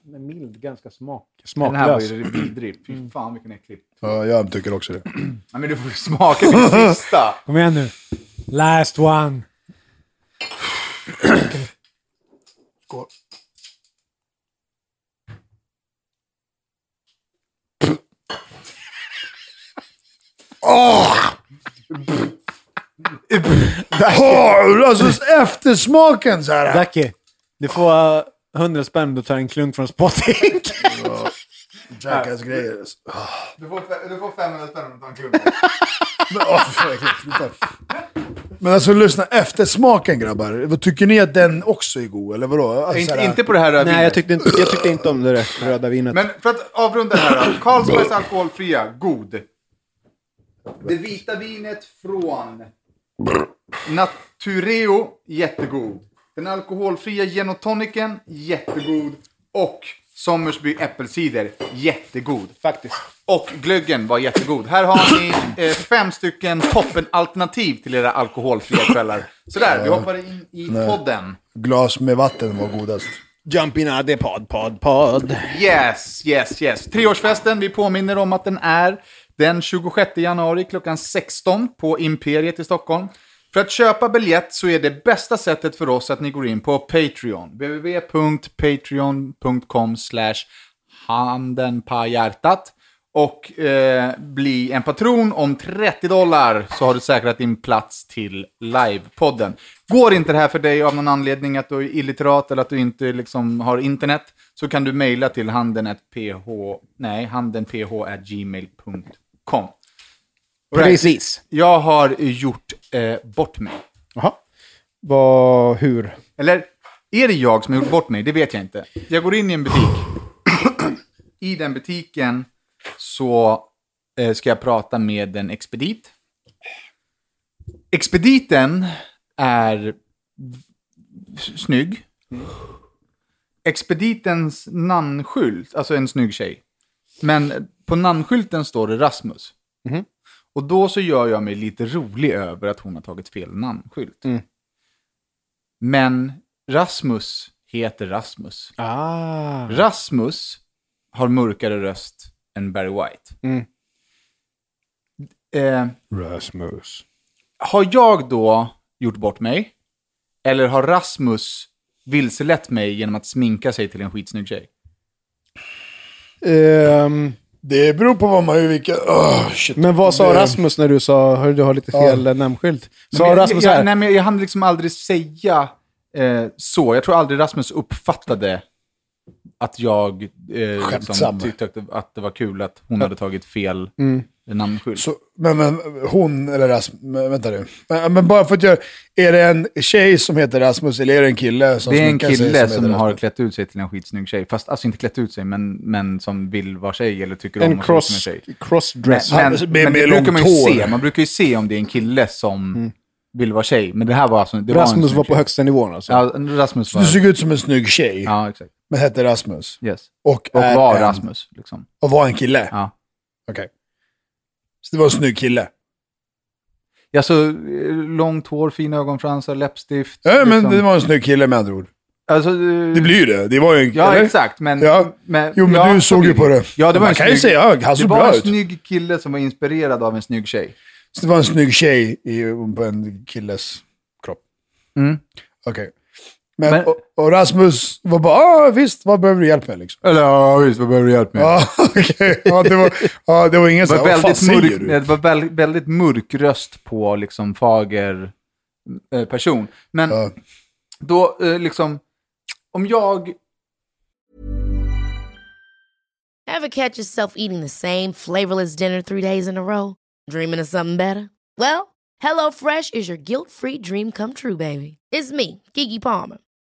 den är mild, ganska smak. Den här var smaklös. ju vidrig. Fy fan vilken äcklig. Ja, jag tycker också det. Nej men du får smaka min sista. Kom igen nu. Last one. Skål. Åh! Alltså eftersmaken så här. Ducky, du får eh, 100 spänn om du tar en klunk från Spotink. Jackass grejer. alltså. Du får, fe- du får 500 spänn om du tar en klunk. Men, åh, för fan, jag kan inte sluta. Men alltså lyssna, eftersmaken grabbar. Vad Tycker ni att den också är god eller vadå? Alltså, så Inte, här- inte på det här rödvinet. Nej, jag tyckte, inte, jag tyckte inte om det där röda vinet. Men för att avrunda här då. Carlsbergs alkoholfria, god. Det vita vinet från Natureo, jättegod. Den alkoholfria genotoniken, jättegod. Och Sommersby äppelcider, jättegod. Faktiskt. Och glöggen var jättegod. Här har ni eh, fem stycken toppenalternativ till era alkoholfria kvällar. Sådär, vi hoppar in i podden. Glas med vatten var godast. Jumping Addy pod, pod, pod. Yes, yes, yes. Treårsfesten, vi påminner om att den är den 26 januari klockan 16 på Imperiet i Stockholm. För att köpa biljett så är det bästa sättet för oss att ni går in på Patreon. www.patreon.com slash handen på hjärtat och eh, bli en patron om 30 dollar så har du säkrat din plats till livepodden. Går inte det här för dig av någon anledning att du är illiterat eller att du inte liksom har internet så kan du mejla till handen at ph, nej, handenph at gmail.com. Precis. Jag har gjort eh, bort mig. Jaha. Vad, hur? Eller är det jag som har gjort bort mig? Det vet jag inte. Jag går in i en butik. I den butiken så eh, ska jag prata med en expedit. Expediten är s- snygg. Expeditens namnskylt, alltså en snygg tjej. Men på namnskylten står det Rasmus. Och då så gör jag mig lite rolig över att hon har tagit fel namnskylt. Mm. Men Rasmus heter Rasmus. Ah. Rasmus har mörkare röst än Barry White. Mm. Eh, Rasmus. har jag då gjort bort mig? Eller har Rasmus vilselett mig genom att sminka sig till en skitsnygg tjej? Ehm, Det beror på vad man gör, vilka... Oh, shit. men vad sa Det- Rasmus när du sa hörru, du har lite fel eh, namnskylt? Sa Men jag- Rasmus så jag, här? nej, men jag hann liksom aldrig säga eh, så. Jag tror aldrig Rasmus uppfattade att jag eh, liksom, Skämtsam. tyckte att det, att det var kul att hon hade tagit fel namnskylt. Så, men, men hon eller Rasmus, men, vänta nu. Men, men bara för att jag... Är det en tjej som heter Rasmus eller är det en kille som Det är en sminkar sig kille heter som har Rasmus? klätt ut sig till en skitsnygg tjej. Fast alltså inte klätt ut sig, men, men som vill vara tjej eller tycker om En att se ut som cross, en tjej. crossdress. Men, Alltså, med- men det med brukar man ju långt hår. se. Man brukar ju se om det är en kille som vill vara tjej. Men det här var alltså... Det var en Rasmus snygg var på tjej. högsta nivån alltså. Ja, Rasmus var... Du såg ut som en snygg tjej, Ja, exakt. men hette Rasmus. Yes. Och, Och är var Äh, en, Rasmus, liksom. Och var en kille? Ja. Okej. Så det var en snygg kille? Ja, så eh, långt hår, fina ögonfransar, läppstift. Ja, men liksom. det var en snygg kille med andra ord. Alltså, eh, Det blir ju det. Det var ju en... Ja, eller? exakt. Men, Ja. Jo, men ja, du så såg ju blir på det. Ja, det var Man en kan ju snygg- säga, ja, han Det såg var bra en ut. snygg kille som var inspirerad av en snygg tjej. Så det var en snygg tjej i, på en killes kropp. Okej. Men, Mm. Men- Och, och Rasmus var bara, ah, visst, vad behöver du hjälp med? Liksom. Eller ja, visst, vad behöver du hjälp med? Ja, okej. Ja, det var, ja, det var ingen det sån var, här, vad fan väldigt säger mörk, du? nej, det var väl, väldigt mörk röst på liksom fager eh, person. Men Ja. då eh, liksom, om jag... Ever catch yourself eating the same flavorless dinner three days in a row? Dreaming of something better? Well, HelloFresh is your guilt free dream come true, baby. It's me, Gigi Palmer.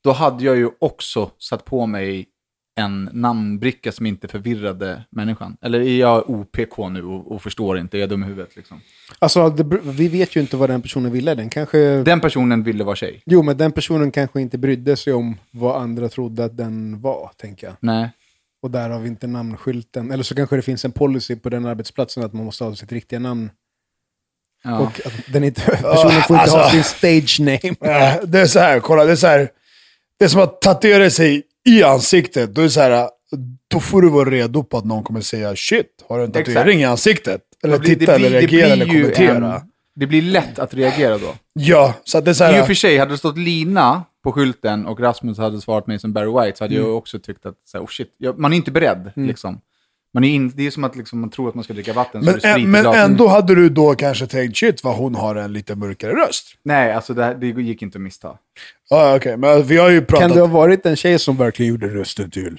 då hade jag ju också satt på mig en namnbricka som inte förvirrade människan. Eller är jag OPK nu och, och förstår inte? Är jag dum i huvudet? Liksom? Alltså, det, ber- vi vet ju inte vad den personen ville. Den kanske... Den personen ville vara tjej. Jo, men den personen kanske inte brydde sig om vad andra trodde att den var, tänker jag. Nej. Och därav inte namnskylten. Eller så kanske det finns en policy på den arbetsplatsen att man måste ha sitt riktiga namn. Ja. Och att den inte, personen får inte ha alltså. sin stage name. Ja, Eh, Det är så här, kolla. Det är så här. Det är som att tatuera sig i ansiktet. Då, är det så här, då får du vara redo på att någon kommer säga shit, har du en Exakt. tatuering i ansiktet? Eller Det blir- det titta, blir- eller det reagera, blir eller ju kommentera. en- Det blir lätt att reagera då. Ja, så att det är så I och för här. sig, hade det stått Lina på skylten och Rasmus hade svarat mig som Barry White så hade Mm. jag också tyckt att så här, oh shit, jag, man är inte beredd. Liksom. Man är in, det är som att liksom, man tror att man ska dricka vatten så är Men, det sprit i men glasen. ändå hade du då kanske tänkt shit, vad hon har en lite mörkare röst. Nej, alltså det, här- det gick inte att missta. Ja, okej. Men vi har ju pratat... Kan det ha varit en tjej som verkligen gjorde rösten till?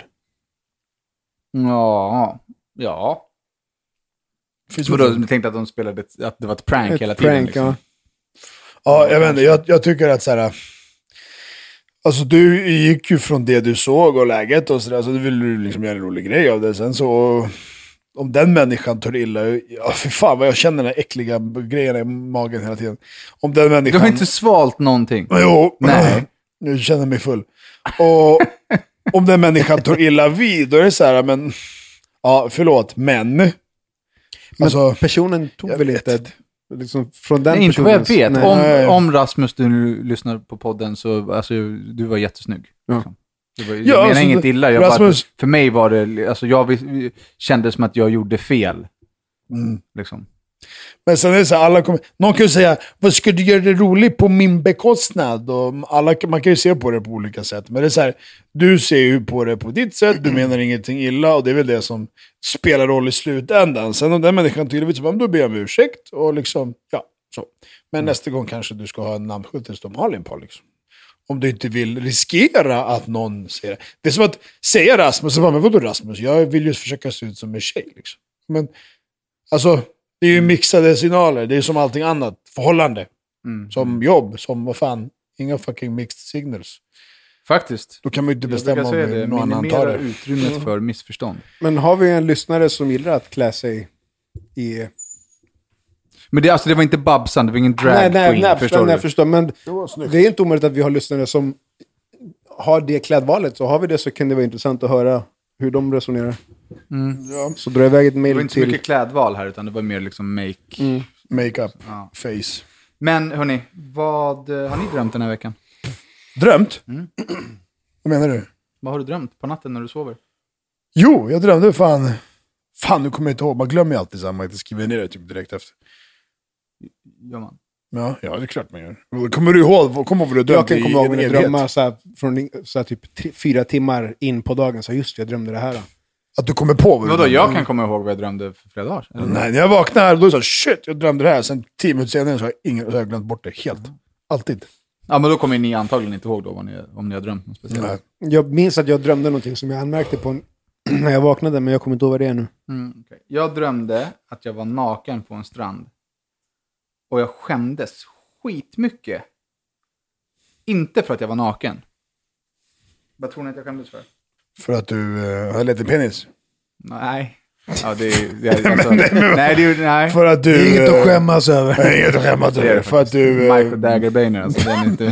Ja, ja. Finns Vadå, det- du Alltså, tänkte att de spelade ett, att det var ett prank Ett hela tiden? prank, liksom. ja. Ja, jag vet inte. Jag, jag tycker att så här... Alltså du gick ju från det du såg och läget och sådär, så du ville du liksom göra en rolig grej av det. Sen så... Om den människan tar illa ja för fan vad jag känner den här äckliga grejen i magen hela tiden. Om den Du människan... har inte svalt någonting. Jo, Nej. jag känner mig full. Och om den människan tar illa vid, då är det så här, men... Ja, förlåt, men... Alltså, Personen tog jag väl vet inte... inte. Liksom, från den Nej, inte vad jag personens- vet. Nej. Nej. Om, om Rasmus, du nu lyssnar på podden, så alltså, du var jättesnygg. liksom. Det var, jag Ja, menar alltså, inget illa. Jag Rasmus- bara, för mig var det, alltså, jag vis- kände som att jag gjorde fel. Liksom. Men sen är det så här, alla kommer, någon kan ju säga, vad ska du göra det roligt på min bekostnad? Och alla, man kan ju se på det på olika sätt. Men det är så här, du ser ju på det på ditt sätt, du menar ingenting illa och det är väl det som spelar roll i slutändan. Sen om den människan tycker det, då ber jag om ursäkt. Och liksom, ja, så. Men nästa gång kanske du ska ha en namnskylt där det står Malin på. Liksom. Om du inte vill riskera att någon ser det. Det är som att säga Rasmus, så bara, men vadå Rasmus? Jag vill ju försöka se ut som en tjej. Liksom. Men Alltså, det är ju mixade signaler. Det är som allting annat. Förhållande. Mm. Som jobb, som vad fan. Inga fucking mixed signals. Faktiskt. Då kan man ju inte bestämma om säga hur det, någon annan tar minimera det. utrymmet för missförstånd. Men har vi en lyssnare som gillar att klä sig i... Men det, alltså, det var inte Babsan, det var ingen drag nej, nej, queen, nej, förstår förstår, nej, du? förstår. Men det är inte omöjligt att vi har lyssnare som har det klädvalet. Så har vi det så kan det vara intressant att höra hur de resonerar. Så dra iväg ett Mm. det var mejl inte så till... mycket klädval här, utan det var mer liksom make. Makeup, face. Men hörni, vad eh, har ni drömt den här veckan? Drömt? Mm. Vad menar du? Vad har du drömt på natten när du sover? Jo, jag drömde fan... Fan, nu kommer jag inte ihåg. Man glömmer ju alltid samma. Jag skriver ner det typ direkt efter. Gör man? Ja, ja, det är klart man gör. Kommer du ihåg, kommer du ihåg vad du drömde Jag kan i komma ihåg mina evighet? drömmar så här, från så här, typ tre, fyra timmar in på dagen. Så här, just det, jag drömde det här. Då. Att du kommer på vad du Vadå, drömde. jag kan komma ihåg vad jag drömde för flera dagar sedan. Nej, när jag vaknar då är det så här, shit, jag drömde det här. Sen tio minuter senare så har jag, ingen, så har jag glömt bort det helt. Alltid. Ja, men då kommer ni antagligen inte ihåg då vad ni, om ni har drömt något speciellt. Nej. Jag minns att jag drömde någonting som jag anmärkte på när jag vaknade, men jag kommer inte ihåg vad det är nu. Mm, okej. Jag drömde att jag var naken på en strand. Och jag skämdes skitmycket. Inte för att jag var naken. Vad tror ni att jag skämdes för? För att du eh, har liten penis. Nej. Ja, det är det är- alltså, Nej, det är nej. För att du... Inget att eh, skämmas över. Nej, inget att skämmas Det är över. det För att du eh, Michael Daggerbaner, alltså den är inte...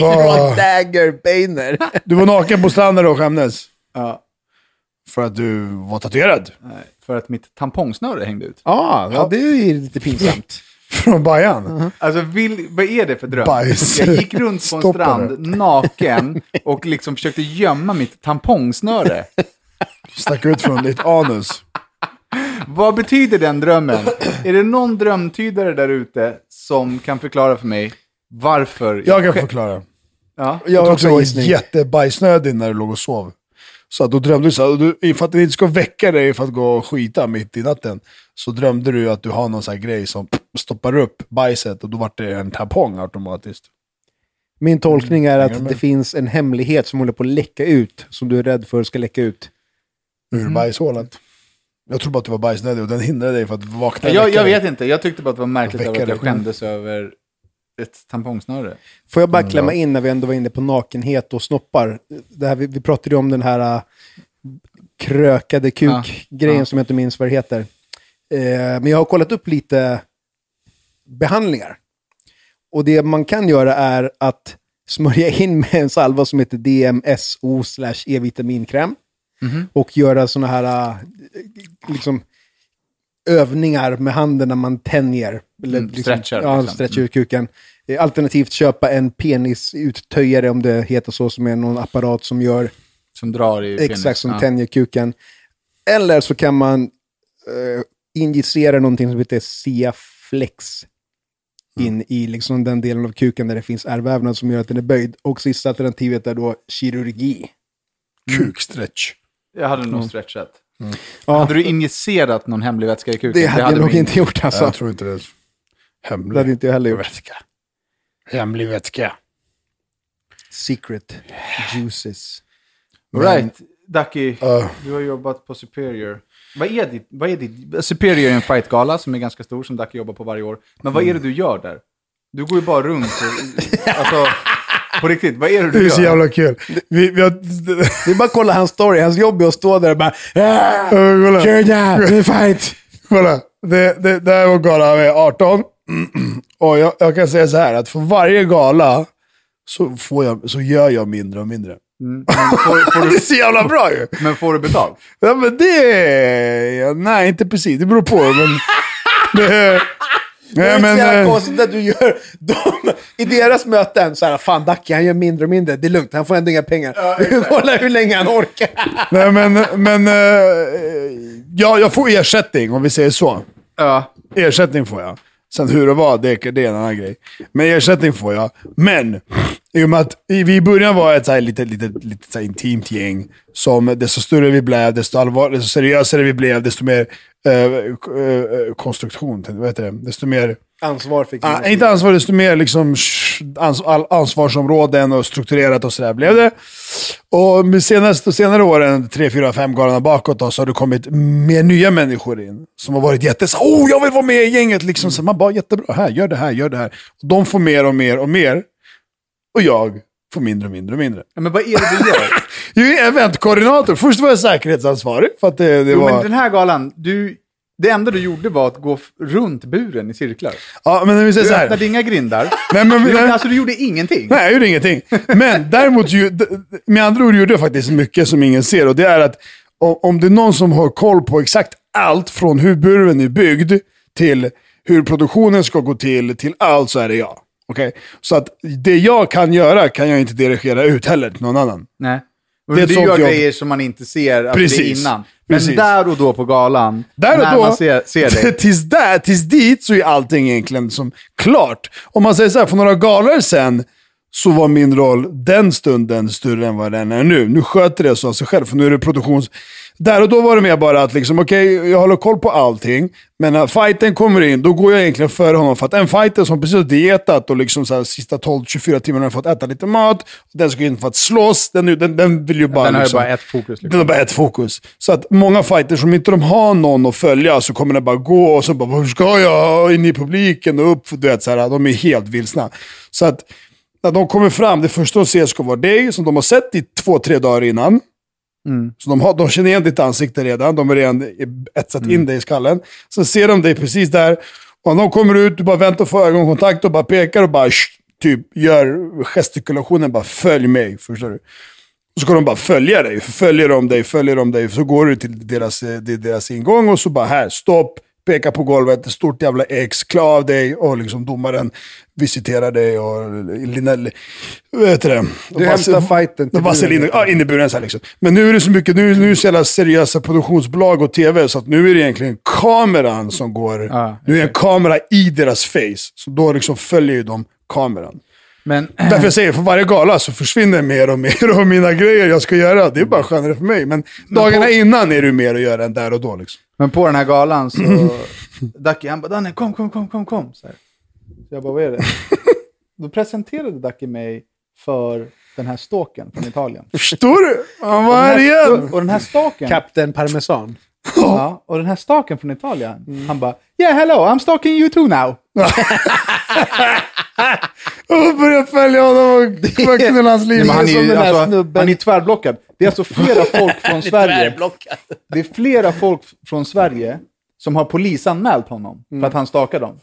var, Dagger Bainer. du var naken på stranden och skämdes. Ja, För att du var tatuerad. nej, för att mitt tampongsnöre hängde ut. Ah, ja, det är ju lite pinsamt. Mhm. Från Bajan. Alltså, vill, vad är det för dröm? Bajs. Jag gick runt på en Stoppar strand naken och liksom försökte gömma mitt tampongsnöre. Stack ut från ditt anus. Vad betyder den drömmen? Är det någon drömtydare där ute som kan förklara för mig varför? Jag kan förklara. Ja. Jag tror har att också du en var gissning. jättebajsnödig när du låg och sov. Så att då drömde du så här, och du, för att du inte ska väcka dig för att gå och skita mitt i natten, så drömde du att du har någon sån här grej som stoppar upp bajset och då vart det en tampong automatiskt. Min tolkning är Hänger att Mm, med. det finns en hemlighet som håller på att läcka ut, som du är rädd för ska läcka ut. Ur Mm. bajshålet. Jag tror bara att du var bajsnödig och den hindrade dig för att vakna. Jag, väcka jag dig. vet inte, jag tyckte bara att det var märkligt Jag över att jag väckade. skämdes över ett tampongsnöre. Får jag bara klämma in när vi ändå var inne på nakenhet och snoppar? Det här, vi, vi pratade ju om den här äh, krökade kuk-grejen som jag inte minns vad det heter. Eh, men jag har kollat upp lite behandlingar. Och det man kan göra är att smörja in med en salva som heter DMSO slash E-vitaminkräm. Mhm. Och göra sådana här äh, liksom, övningar med handen när man tänjer. Eller Mm, stretchar, Ja, liksom. stretchar ut kuken. Eh, Alternativt köpa en penisuttöjare om det heter så, som är någon apparat som gör Som drar i Exakt, som ja. tänjer kuken. Eller så kan man eh, injicera någonting som heter Ciaflex in i liksom den delen av kuken där det finns ärrvävnad som gör att den är böjd. Och sista alternativet är då kirurgi. Kukstretch. Jag hade nog stretchat. Ja, Hade du injicerat någon hemlig vätska i kuken? det hade jag du nog inte gjort alltså. Jag tror inte det. är Det hade Hemlig inte jag heller gjort. vätska. Hemlig vätska. Secret juices. All Right, Ducky, Ja. du har jobbat på Superior. Vad är ditt, vad är ditt? Superior är en fightgala som är ganska stor, som Ducky jobbar på varje år. Men vad är det du gör där? Du går ju bara runt och, alltså, på riktigt, vad är det Det du är så gör? jävla kul. Vi, vi har... Det är bara att kolla hans story. Hans jobb är att stå där och bara... "Ah, Kolla. Kör där! Det är fight! Kolla, det, det, det här var gala med 18. Och jag, jag kan säga så här, att för varje gala så, får jag, så gör jag mindre och mindre. Men får, får Det du, är så jävla bra ju! men får du betalt? Ja, men det... ja, Nej, inte precis. Det beror på. Men, det, Det nej, är men, så jävla eh, konstigt att du gör de, i deras möten så här, fan Ducky han gör mindre och mindre, det är lugnt, han får ändå inga pengar. Vi kollar hur länge han orkar. nej, men, men eh, ja, jag får ersättning om vi säger så. Ja. Ersättning får jag. Sen hur och vad, det, det är en annan grej. Men ersättning får jag. Men, i och med att i- vi i början var ett så här litet, litet, litet så här intimt gäng. Som desto större vi blev, desto, allvar, desto seriösare vi blev, desto mer eh, k- eh, konstruktion, tänkte- vad heter det? Desto mer... Ansvar fick Ah, inte ansvar, desto mer liksom sh- ans all- ansvarsområden och strukturerat och sådär blev det. Och med senaste, senare åren, tre, fyra, fem galorna bakåt, då, så har det kommit mer nya människor in. Som har varit jätte så, oh, jag vill vara med i gänget. Liksom. Så man bara, jättebra, här, gör det här, gör det här. Och de får mer och mer och mer. Och jag får mindre och mindre och mindre. Ja, Men vad är det du gör? Jag är eventkoordinator. Först var jag säkerhetsansvarig. För att det, det Jo, var... men den här galan, du, det enda du gjorde var att gå f- runt buren i cirklar. Ja, men om vi säger Du så här. öppnade inga grindar. Nej, men, Du, nej. gjorde- alltså, du gjorde ingenting. Nej, jag gjorde ingenting. Men däremot, ju- d- d- med andra ord gjorde jag faktiskt mycket som ingen ser. Och det är att o- om det är någon som har koll på exakt allt från hur burven är byggd till hur produktionen ska gå till, till allt så är det jag. Okej? Så att det jag kan göra kan jag inte dirigera ut heller till någon annan. Nej. Det är du ett sånt gör jobb. grejer som man inte ser att det är Precis. innan. Men Precis. där och då på galan, Där och när då, man ser, ser dig. tills, där, tills dit så är allting egentligen som klart. Om man säger så här, för några galor sen så var min roll den stunden större än vad den är nu. Nu sköter det sig av sig själv, för nu är det produktions... Där och då var det mer bara att liksom, okej, jag håller koll på allting, men när fighten kommer in, då går jag egentligen före honom. För att en fighter som precis har dietat och liksom så här, sista 12-24 timmarna har fått äta lite mat, den ska in för att slåss, den, den, den vill ju bara... Den har ju liksom, bara ett fokus. den har Liksom. bara ett fokus. Så att många fighters, om inte de har någon att följa så kommer den bara gå och så bara “Hur ska jag?” in i publiken och upp. Du vet, så här, de är helt vilsna. Så att när de kommer fram, det första de ser ska vara dig, som de har sett i två, tre dagar innan. Mm. Så de, har, de känner igen ditt ansikte redan, de har redan etsat Mm. in dig i skallen. Sen ser de dig precis där, och när de kommer ut, du bara väntar och får ögonkontakt och bara pekar och bara "Shh", typ gör gestikulationen, bara följ mig. Förstår du? Och så kommer de bara följa dig. Följer de dig, följer de dig. Så går du till deras, eh, till deras ingång och så bara här, stopp. Peka på golvet, ett stort jävla X, klä av dig och liksom domaren visiterar dig och lina, vad heter det? Du hämtar fighten till till buren. buren. In, ja, in i buren så här liksom. Men nu är det så mycket, nu, nu är det så jävla seriösa produktionsbolag och tv så att nu är det egentligen kameran som går. Ja, nu är det en kamera i deras face. Så då liksom följer ju de kameran. Men Därför jag säger, för varje gala så försvinner mer och mer av mina grejer jag ska göra. Det är bara skönare för mig. Men dagarna innan är det ju mer att göra än där och då. Liksom. Men på den här galan så... Ducky, han bara “Danne, kom, kom, kom, kom, kom”. Så, här. så jag bara “Vad är det?” Då presenterade Ducky mig för den här ståken från Italien. Förstår du? Han var Den här här igen. stå- Och den här staken... Kapten Parmesan. Ja, och den här staken från Italien. Mm. Han bara “Yeah, hello, I'm stalking you too now”. Jag började följa honom och bara knulla hans liv. Nej, men han, är, som ju- den här alltså, snubben. han är tvärblockad. Det är alltså flera folk från Sverige. Det är flera folk från Sverige som har polisanmält honom för att han stalkar dem.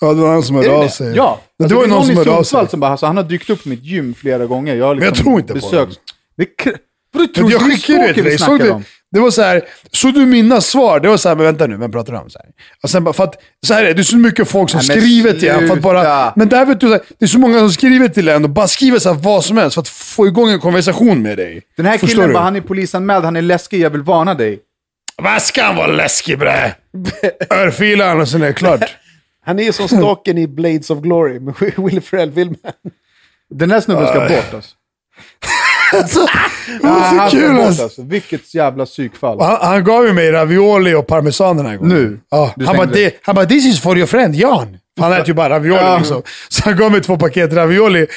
Ja, det var han som Är hörde det Mm. av det? sig. Ja. Men det Alltså, var ju någon som i hörde av Sundsvall sig. som bara, alltså, han har dykt upp på mitt gym flera gånger. Jag, har liksom jag tror inte på honom. besökt. Det är kr- Vadå, tror Men du? jag Det är skickade det stalker till vi dig. Såg snackar du, om. det var så här, såg du mina svar? Det var så här, men vänta nu, vem pratar du om? Så här. Och sen bara, för att, så här är det, det är så mycket folk som Nej, men skriver till en. För att bara, sluta. men där vet du, så här, det är så många som skriver till en och bara skriver så här, vad som helst för att få igång en konversation med dig. Den här Förstår killen du? bara, han är polisanmäld, han är läskig, jag vill varna dig. Vad ska han vara läskig bre? Örfila han och sen är det klart. Han är ju som staken i Blades of Glory med Will Ferrell-filmen. Den här snubben ska bort alltså. alltså, det Ja, var han så ska kul bort, alltså. alltså. Vilket jävla psykfall. Och Han, han gav ju mig ravioli och parmesan den här gången. Nu? Ja. Du Han, bara, slängde det. "Di- han bara, this is for your friend Jan. Han äter ju bara ravioli Ja. liksom. Så han gav mig två paket ravioli. jag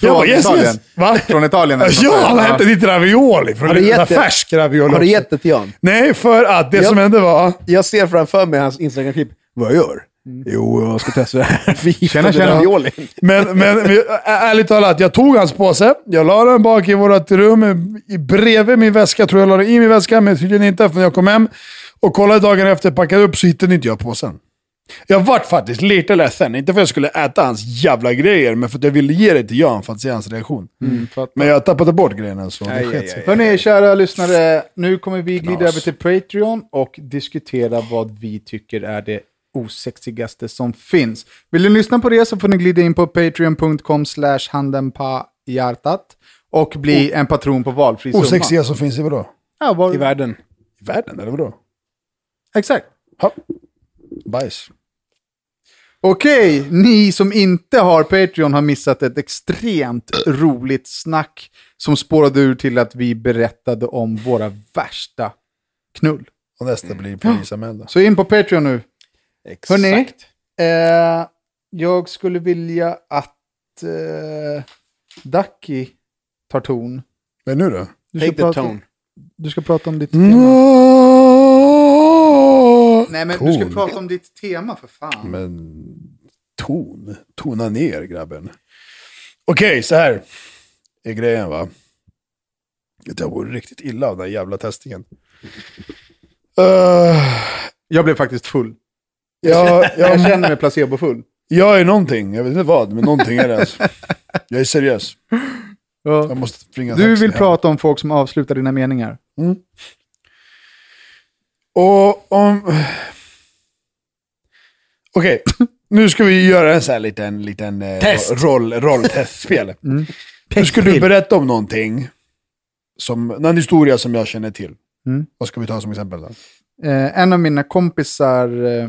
Från bara, yes, Italien? yes. Va? Från Italien eller Ja, något han där. hämtade dit ravioli. Från Har du en gett det? färsk ravioli Har du också. gett det till Jan? Nej, för att det Ja. som hände var... Jag ser framför mig hans Instagram-klipp. Vad jag gör? Jo, jag ska testa det här. Vi hittade tjena. raviolin. Men, men men, ä- ärligt talat, jag tog hans påse. Jag la den bak i vårt rum i- bredvid min väska. Tror jag la den i min väska, men tydligen inte för när jag kom hem. Och kollade dagen efter, packade upp, så hittade inte jag påsen. Jag vart faktiskt lite ledsen. Inte för att jag skulle äta hans jävla grejer, men för att jag ville ge det till Jan för att se hans reaktion. men jag tappade bort grejerna så det sket sig. Hörni, kära lyssnare. Nu kommer vi glida över till Patreon och diskutera vad vi tycker är det osexigaste som finns. Vill ni lyssna på det så får ni glida in på patreon.com slash handen på hjärtat och bli en patron på valfri summa. Osexiga som finns i vadå? Ja, I var, världen. I världen, eller vadå? exakt. Ha. Bajs. Okej, ni som inte har Patreon har missat ett extremt roligt snack som spårade ur till att vi berättade om våra värsta knull. Och nästa blir polisanmälda. Så in på Patreon nu. Exakt. Hörni, eh, jag skulle vilja att eh, Ducky tar ton. Men nu då? Du Take the prata, tone. Mm. Du ska prata om ditt tema. No. Nej, men du ska Ton. prata om ditt tema för fan. Men ton. Tona ner grabben. Okej, så här är grejen va. Att Jag mår riktigt illa av den här jävla testningen. Eh, Jag blev faktiskt full. jag, Jag jag, känner mig placebofull. jag är någonting, jag vet inte vad, men någonting är det alltså. Jag är seriös. Jag Ja. måste springa Du taxi vill hem. prata om folk som avslutar dina meningar. Och om... Okej, nu ska vi göra en sån här liten, liten eh, roll, rolltestspel. Mm. Nu ska du berätta om någonting, som, någon historia som jag känner till. Mm. Vad ska vi ta som exempel då? Eh, en av mina kompisar eh,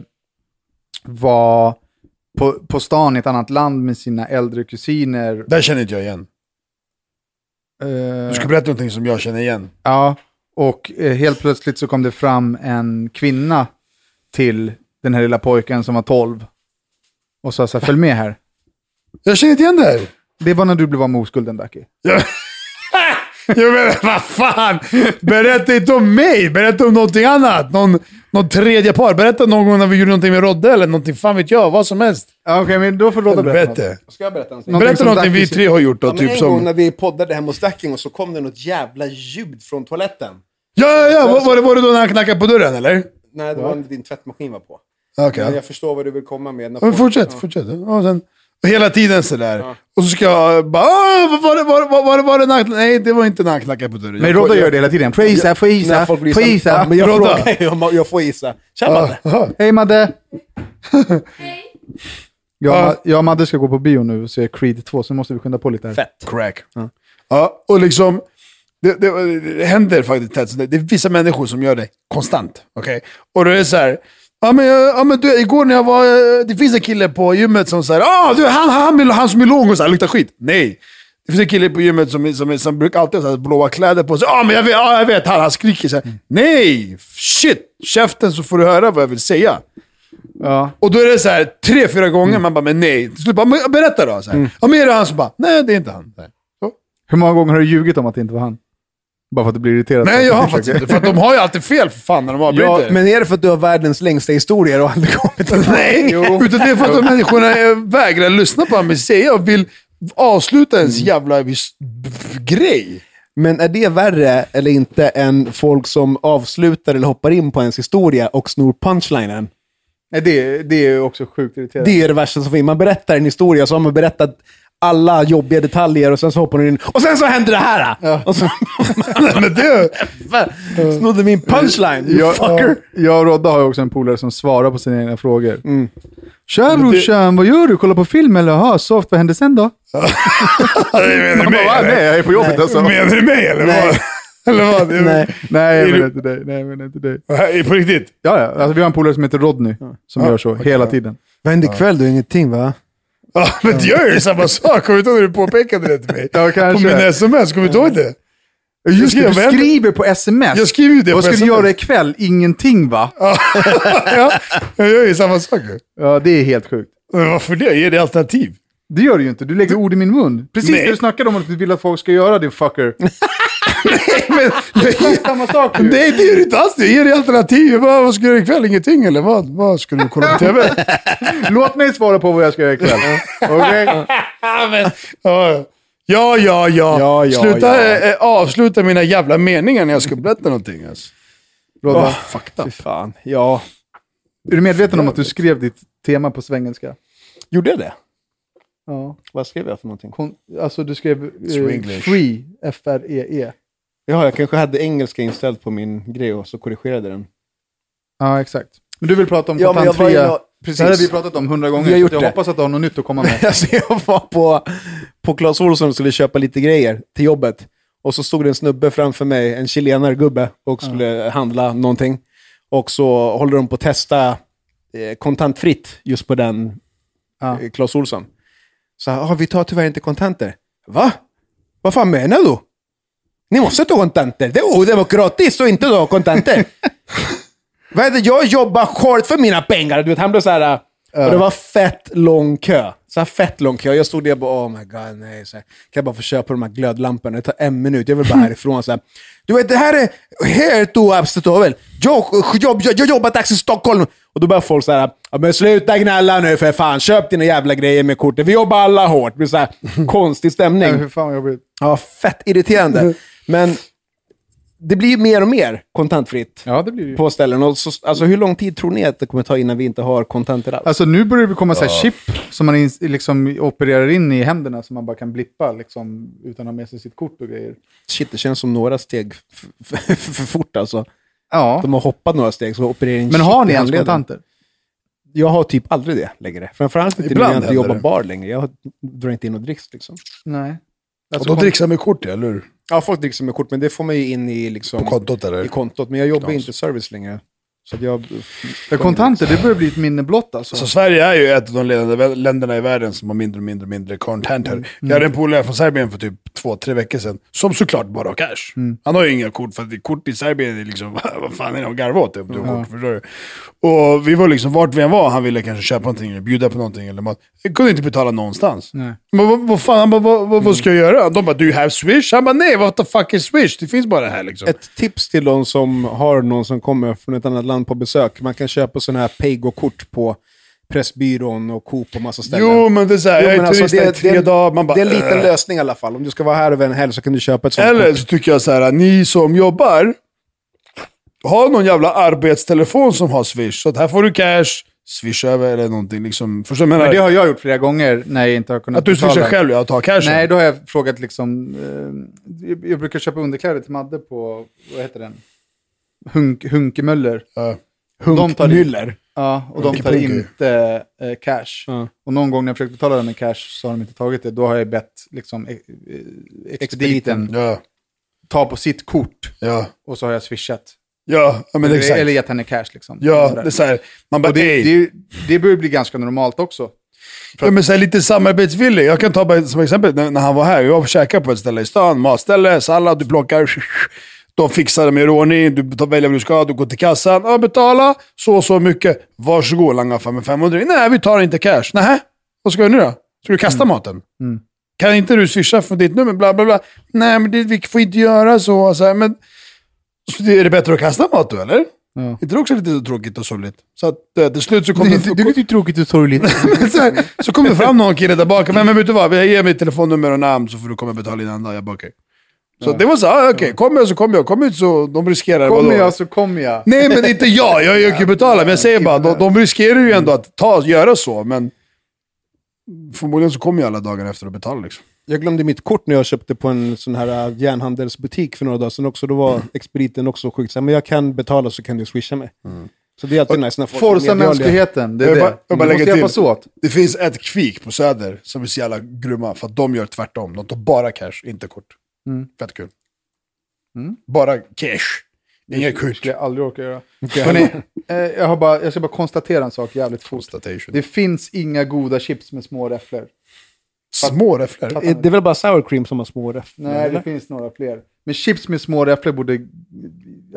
var på, på stan i ett annat land med sina äldre kusiner. Den känner inte jag igen. Eh, Du ska berätta någonting som jag känner igen. Ja, och eh, helt plötsligt så kom det fram en kvinna till den här lilla pojken som var 12 och sa så här, följ med här. Jag känner inte igen det här. Det var när du blev av med oskulden, Ducky. Jag, jag menar, vad fan! Berätta inte om mig! Berätta om någonting annat! Någon, någon tredje par. Berätta någon gång när vi gjorde någonting med Rodde eller någonting. Fan vet jag. Vad som helst. Ja, Okej, men då får Rodde berätta Helvete. något. Ska jag berätta någonting? Berätta som någonting vi Ducky- tre har gjort då. Ja, men typ en som... gång när vi poddade hemma hos Dacking och så kom det något jävla ljud från toaletten. Ja, ja, ja. Var, var, det, var det då när han knackade på dörren eller? Nej, det var när din tvättmaskin var på. Okej. Men jag förstår vad du vill komma med. När Ja, Men folk- fortsätt, fortsätt. Och sen, och hela tiden sådär. Och så ska jag bara, "Åh, vad var det, var, var, var det, var det när han knackade-" Nej, det var inte när han knackade på dörren. Men Rodde gör det hela tiden. Får jag gissa? Får jag När gissa? folk Får blir jag så- Ja, gissa? men jag Rodda. frågar ju om jag får gissa. Tja, Madde. Aha. Hej Madde! Jag, och Ma- jag och Madde ska gå på bio nu och se Creed 2, så nu måste vi skynda på lite här. Fett. Crack. Ja, och liksom, det, det, det händer faktiskt tätt. Så Det, det är vissa människor som gör det konstant. Okej? Och då är det så här. Ja men, jag- ja, men du, igår när jag var... eh, Det finns en kille på gymmet som säger ah du, han, han, han, han som är lång och så här, luktar skit. Nej. Det finns en kille på gymmet som, som, som brukar alltid ha så här blåa kläder på sig. Ja, men jag vet, ja, jag vet han, han skriker så här. Nej! Shit! Käften så får du höra vad jag vill säga. Ja. Och då är det så här tre, fyra gånger, man bara, men nej. Till slut bara, "Men berätta då. Så här. Ja, men är det han som bara, nej det är inte han. Så här. Hur många gånger har du ljugit om att det inte var han? Bara för att du blir irriterad? Nej, jag har faktiskt inte. För att de har ju alltid fel för fan när de Ja, avbryter. men är det för att du har världens längsta historier och aldrig kommit till Nej, utan det är för att de människorna eh, vägrar lyssna på vad man säger och vill avsluta ens jävla vis- b- b- grej. Men är det värre eller inte än folk som avslutar eller hoppar in på ens historia och snor punchlinen? Nej, det, det är ju också sjukt irriterande. Det är det värsta som finns. Man berättar en historia så har man berättat alla jobbiga detaljer och sen så hoppar man in. Och sen så händer det här! Ja. Och så, Men det, Fan, snodde min punchline, you Jag, fucker! jag och Rodda har ju också en polare som svarar på sina egna frågor. Mm. Tja brorsan, vad gör du? Kollar på film eller? Jaha, soft. Vad hände sen då? Alltså, menar du mig nej, eller? jag är på jobbet alltså. Menar du mig eller vad? Nej. Eller vad? Nej. Nej, jag menar inte dig. Nej, jag menar inte dig. Nej. På riktigt? Ja, ja. Alltså, vi har en polare som heter Rodney som gör så hela tiden. Vad hände ikväll då? Ingenting va? Ja, men du gör ju samma sak. Kommer du inte ihåg när du påpekade det till mig? Ja, På kanske. min sms, kommer du inte ihåg det? Just det, Jag du skrev- skriver på sms. Jag skriver ju det Vad på ska du sms. göra ikväll? Ingenting va? Ja, jag gör ju samma sak. ju. Ja, det är helt sjukt. Men varför det? Ge det alternativ. Det gör du ju inte. Du lägger ord i min mun. Precis Nej. det du snackade om att du vill att folk ska göra, din fucker. det är ju samma sak ju. Nej, det är ju inte alls det. Ge dig alternativ. Jag bara, vad ska du göra ikväll? Ingenting eller vad? Vad ska du kolla på TV? Låt mig svara på vad jag ska göra ikväll. Okej? ja, ja, ja. Ja, ja, Sluta ja. eh, eh, avsluta mina jävla meningar när jag ska berätta någonting. Alltså. Rodda, Fy fan. Ja. är du medveten om att du skrev ditt tema på svengelska? Gjorde jag det? Ja. Vad skrev jag för någonting? Kon- alltså du skrev eh, Swenglish. free, F-R-E-E. Ja, jag kanske hade engelska inställd på min grej och så korrigerade den. Ja, exakt. Men du vill prata om Ja, men jag var kontantfria... ju nå- Det här har vi precis. pratat om hundra gånger, Vi har så gjort jag det. hoppas att du har något nytt att komma med. Alltså, jag var på, på Clas Ohlson och skulle köpa lite grejer till jobbet. Och så stod det en snubbe framför mig, en chilenargubbe, och skulle handla någonting. Och så håller de på att testa eh, kontantfritt just på den Ja. eh, Clas Ohlson. Så ah, vi tar tyvärr inte kontanter. Va? Vad fan menar du? Ni måste ta kontanter. Det är odemokratiskt att inte ta kontanter. Vad är det? Jag jobbar hårt för mina pengar. Du vet, han blev så här... äh, Och det var fett lång kö. Så här fett lång kö. Jag stod där och bara, oh my god, nej. Så här, kan jag bara få köpa de här glödlamporna? Det tar en minut. Jag vill bara härifrån. Så här, du vet, det här är helt oacceptabelt. Jag, jag, jag, jag jobbar taxi i Stockholm. Och då börjar folk så här, ja, men sluta gnälla nu för fan. Köp dina jävla grejer med kortet. Vi jobbar alla hårt. Det blir så här konstig stämning. Hur fan vad jobbigt. Ja, fett irriterande. Men det blir ju mer och mer kontantfritt Ja, det blir det ju. på ställen. Och så, alltså, hur lång tid tror ni att det kommer ta innan vi inte har kontanter alls? Alltså nu börjar det komma så här chip som man in, liksom opererar in i händerna som man bara kan blippa liksom, utan att ha med sig sitt kort och grejer. Shit, det känns som några steg f- f- för fort alltså. Ja, De har hoppat några steg, så opererar in men chip har ni i ens handleden. kontanter? Jag har typ aldrig det längre. Framförallt inte nu Ibland när jag inte händer jobbar det. bar längre. Jag drar inte in och dricks liksom. Nej. Och Alltså, de kon- dricksar med kort, ja, eller hur? Ja, folk dricker med kort, men det får man ju in i, liksom, På kontot i eller? kontot. Men jag jobbar Knas. inte service längre. Så att jag... För kontanter, det börjar bli ett minne blott alltså. alltså. Så Sverige är ju ett av de ledande vä- länderna i världen som har mindre och mindre och mindre kontanter. Mm. Jag hade en polare från Serbien för typ två, tre veckor sedan, som såklart bara har cash. Mm. Han har ju inga kort, för att det- kort i Serbien är liksom, vad fan är det att garva åt? det Om du har kort, förstår du? Och vi var liksom, vart vi än var, han ville kanske köpa någonting eller bjuda på någonting eller mat. Jag kunde inte betala någonstans. Men vad, vad fan, han bara, vad, vad, vad ska jag Mm. göra? De bara, do you have swish? Han bara, nej, what the fuck is swish? Det finns bara här liksom. Ett tips till de som har någon som kommer från ett annat land på besök. Man kan köpa sådana här Paygo-kort på Pressbyrån och Coop och massa ställen. Jo, men det är så här, Jo, jag är men alltså, turist här i det, det, tre dagar. Man bara, "Äh." det är en liten "Ugh." lösning i alla fall. Om du ska vara här över en helg så kan du köpa ett sånt Eller kort. så tycker jag så här, ni som jobbar, ha någon jävla arbetstelefon som har Swish. Så att här får du cash, Swish över eller någonting. Liksom. Förstår du vad jag Men det menar? har jag gjort flera gånger när jag inte har kunnat Att du swishar själv, jag tar cashen. Nej, då har jag frågat liksom... Eh, jag- jag brukar köpa underkläder till Madde på, vad heter den? Hunk, Hunkemöller. Ja. De tar in- Hunkmüller. Ja, och de tar Hunkepunke. inte eh, cash. Och någon gång när jag försökt betala den med cash så har de inte tagit det. Då har jag bett liksom, eh, eh, expediten Ja, ta på sitt kort ja, och så har jag swishat. ja, ja men Eller- exakt. Eller gett henne cash liksom. ja, Sådär. det är så här, man bara, och det, "Ey." det, det börjar bli ganska normalt också. Ja, men så här, lite samarbetsvillig. Jag kan ta bara som exempel när, när han var här. Jag var och käkade på ett ställe i stan. Matställe, sallad, du plockar. De fixar det med ordning. Du tar- väljer vad du ska. Du går till kassan. Ja, betala så och så mycket. Varsågod, langa fram med 500. Nej, vi tar inte cash. Nej, vad ska jag nu då? Ska du Mm. kasta maten? Kan inte du swisha från ditt nummer? Bla, bla, bla. Nej, men det, vi får inte göra så. så, här, men, så det, är det bättre att kasta mat då, eller? Är inte det också lite så tråkigt och sorgligt? Så att, eh, till slut så kom är tråkigt och sorgligt. men så, här, så kom det fram någon kille där bak. Men, men vet du vad, jag ger mitt telefonnummer och namn så får du komma och betala innan dag. Jag bara okej. Så det var så, ah, okej, kommer jag så kommer jag. Kommer ut så, de riskerar. Kommer vadå? jag så kommer jag. Nej men inte jag, jag jag kan ju betala. Men jag säger bara, de, de riskerar ju Mm. ändå att ta, göra så. Men förmodligen så kommer jag alla dagar efter och betalar liksom. Jag glömde mitt kort när jag köpte på en sån här äh, järnhandelsbutik för några dagar sedan också. Då var Mm. expediten också sjukt så här, men jag kan betala så kan du swisha mig. Mm. Så det är alltid nice när folk är Forsa medgörliga. mänskligheten, det är Jag det. bara- jag bara Vi lägger måste till. hjälpas åt. Det finns ett kvik på Söder som är så jävla grymma för att de gör tvärtom. De tar bara cash, inte kort. Mm. Fett kul. Bara cash. Inget kort. skulle jag aldrig orka göra. Hörrni, eh, jag, har bara, jag ska bara konstatera en sak jävligt fort. Constatation. Det finns inga goda chips med små räfflor. Små räfflor. Eh, Det är väl bara sour cream som har små räfflor? Nej, det finns några fler. Men chips med små räfflor borde...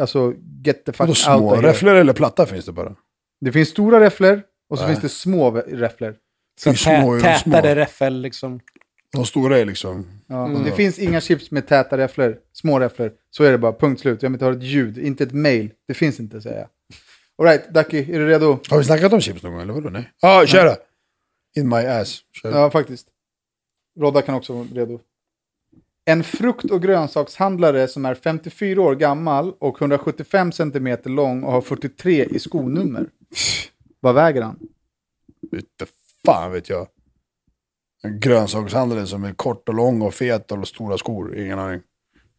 Alltså, get the fuck Vadå out små? of here. Räfflor eller platta finns det bara? Det finns stora räfflor och så finns det små vä- räfflor. Så små, Tä- tä, små. tätare räffel liksom. De stora är liksom... Ja. Det finns inga chips med täta räfflor, små räfflor. Så är det bara, punkt slut. Jag vill inte höra ett ljud, inte ett mail. Det finns inte, säger jag. Alright, Ducky, är du redo? Har vi snackat om chips någon gång eller vadå? Nej. Ja, ah, kör då! In my ass. Kör. Ja, faktiskt. Rodda kan också vara redo. En frukt och grönsakshandlare som är 54 år gammal och 175 centimeter lång och har 43 i skonummer. Vad väger han? Inte fan vet jag. En grönsakshandlare som är kort och lång och fet och stora skor. Ingen aning.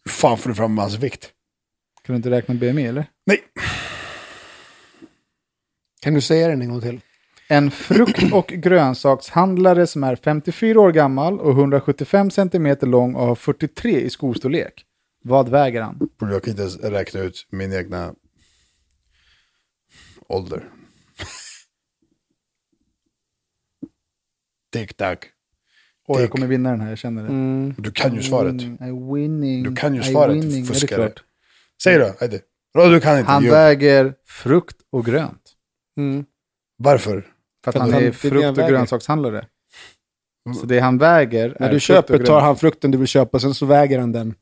Hur fan får du fram hans vikt? Kan du inte räkna BMI eller? Nej! Kan du säga den en gång till? En frukt och grönsakshandlare som är 54 år gammal och 175 centimeter lång och har 43 i skostorlek. Vad väger han? Bro, Jag kan inte ens räkna ut min egna ålder. Tick tack. Oj, jag Dick. kommer vinna den här, jag känner det. Du kan ju svaret. I'm winning. Du kan ju I'm svaret, Mm. winning. Ja, det är fuskare. klart. Säg då, Heidi. Rå, du kan inte. Han Jo. väger frukt och grönt. Varför? För att, För att han, han- det är är det han frukt och väger. grönsakshandlare. Så det han väger När är du frukt köper och grönt. tar han frukten du vill köpa, sen så väger han den.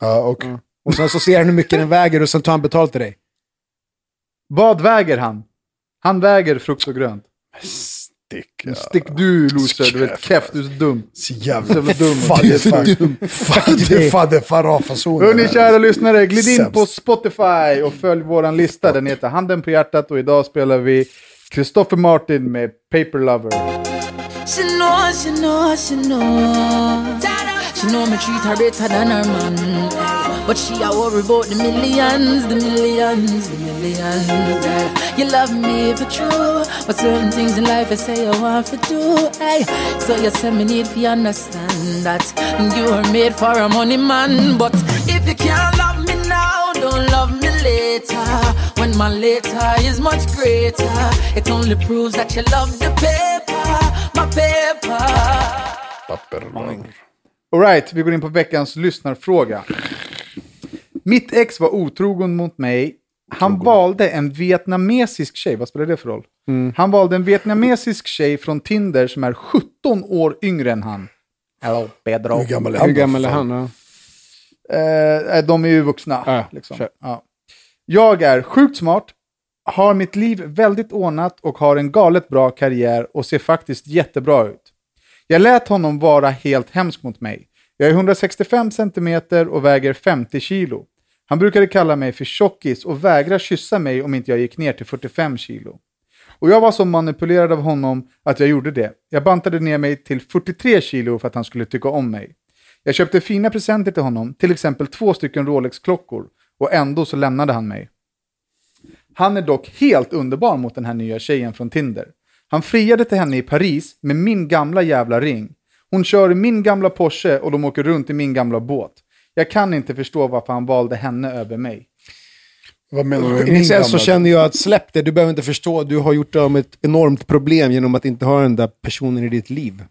Ja, och Och sen så ser han hur mycket den väger och sen tar han betalt till dig. Vad väger han? Han väger frukt och grönt. stick. Men Ja. Stick du loser, du vet keff, du är så dum. Så jävla jävla dum. Fan, det är fan- Fan, det är fan, det är fan rafasonen. Hörni kära lyssnare, glid in Sämst. på Spotify och följ våran lista. Den heter Handen på hjärtat och idag spelar vi Christopher Martin med Paper Lover. She know, she know, she know. She know me treat her better than her man. But she a worry about the millions, the millions, the millions. girl. You love me for true, but certain things in life I say I want to do. Hey, so you say me need to understand that you are made for a money man. But if you can't love me now, don't love me later when my later is much greater. It only proves that you love the paper, my paper. Alright, vi går in på veckans lyssnarfråga. Mitt ex var otrogen mot mig. Han valde en vietnamesisk tjej, vad spelar det för roll? Mm. Han valde en vietnamesisk tjej från Tinder som är 17 år yngre än han. Hello Pedro. Hur gammal är Hur han? gammal är Fan. han? Ja. Eh, de är ju vuxna. Ja, liksom. kör. ja. Jag är sjukt smart, har mitt liv väldigt ordnat och har en galet bra karriär och ser faktiskt jättebra ut. Jag lät honom vara helt hemsk mot mig. Jag är 165 centimeter och väger 50 kilo. Han brukade kalla mig för tjockis och vägra kyssa mig om inte jag gick ner till 45 kilo. Och jag var så manipulerad av honom att jag gjorde det. Jag bantade ner mig till 43 kilo för att han skulle tycka om mig. Jag köpte fina presenter till honom, till exempel två stycken Rolex-klockor, och ändå så lämnade han mig. Han är dock helt underbar mot den här nya tjejen från Tinder. Han friade till henne i Paris med min gamla jävla ring. Hon kör i min gamla Porsche och de åker runt i min gamla båt. Jag kan inte förstå varför han valde henne över mig. Vad menar du? Min Initiellt så gamla- känner jag att släpp det, du behöver inte förstå. Du har gjort dig av med ett enormt problem genom att inte ha den där personen i ditt liv.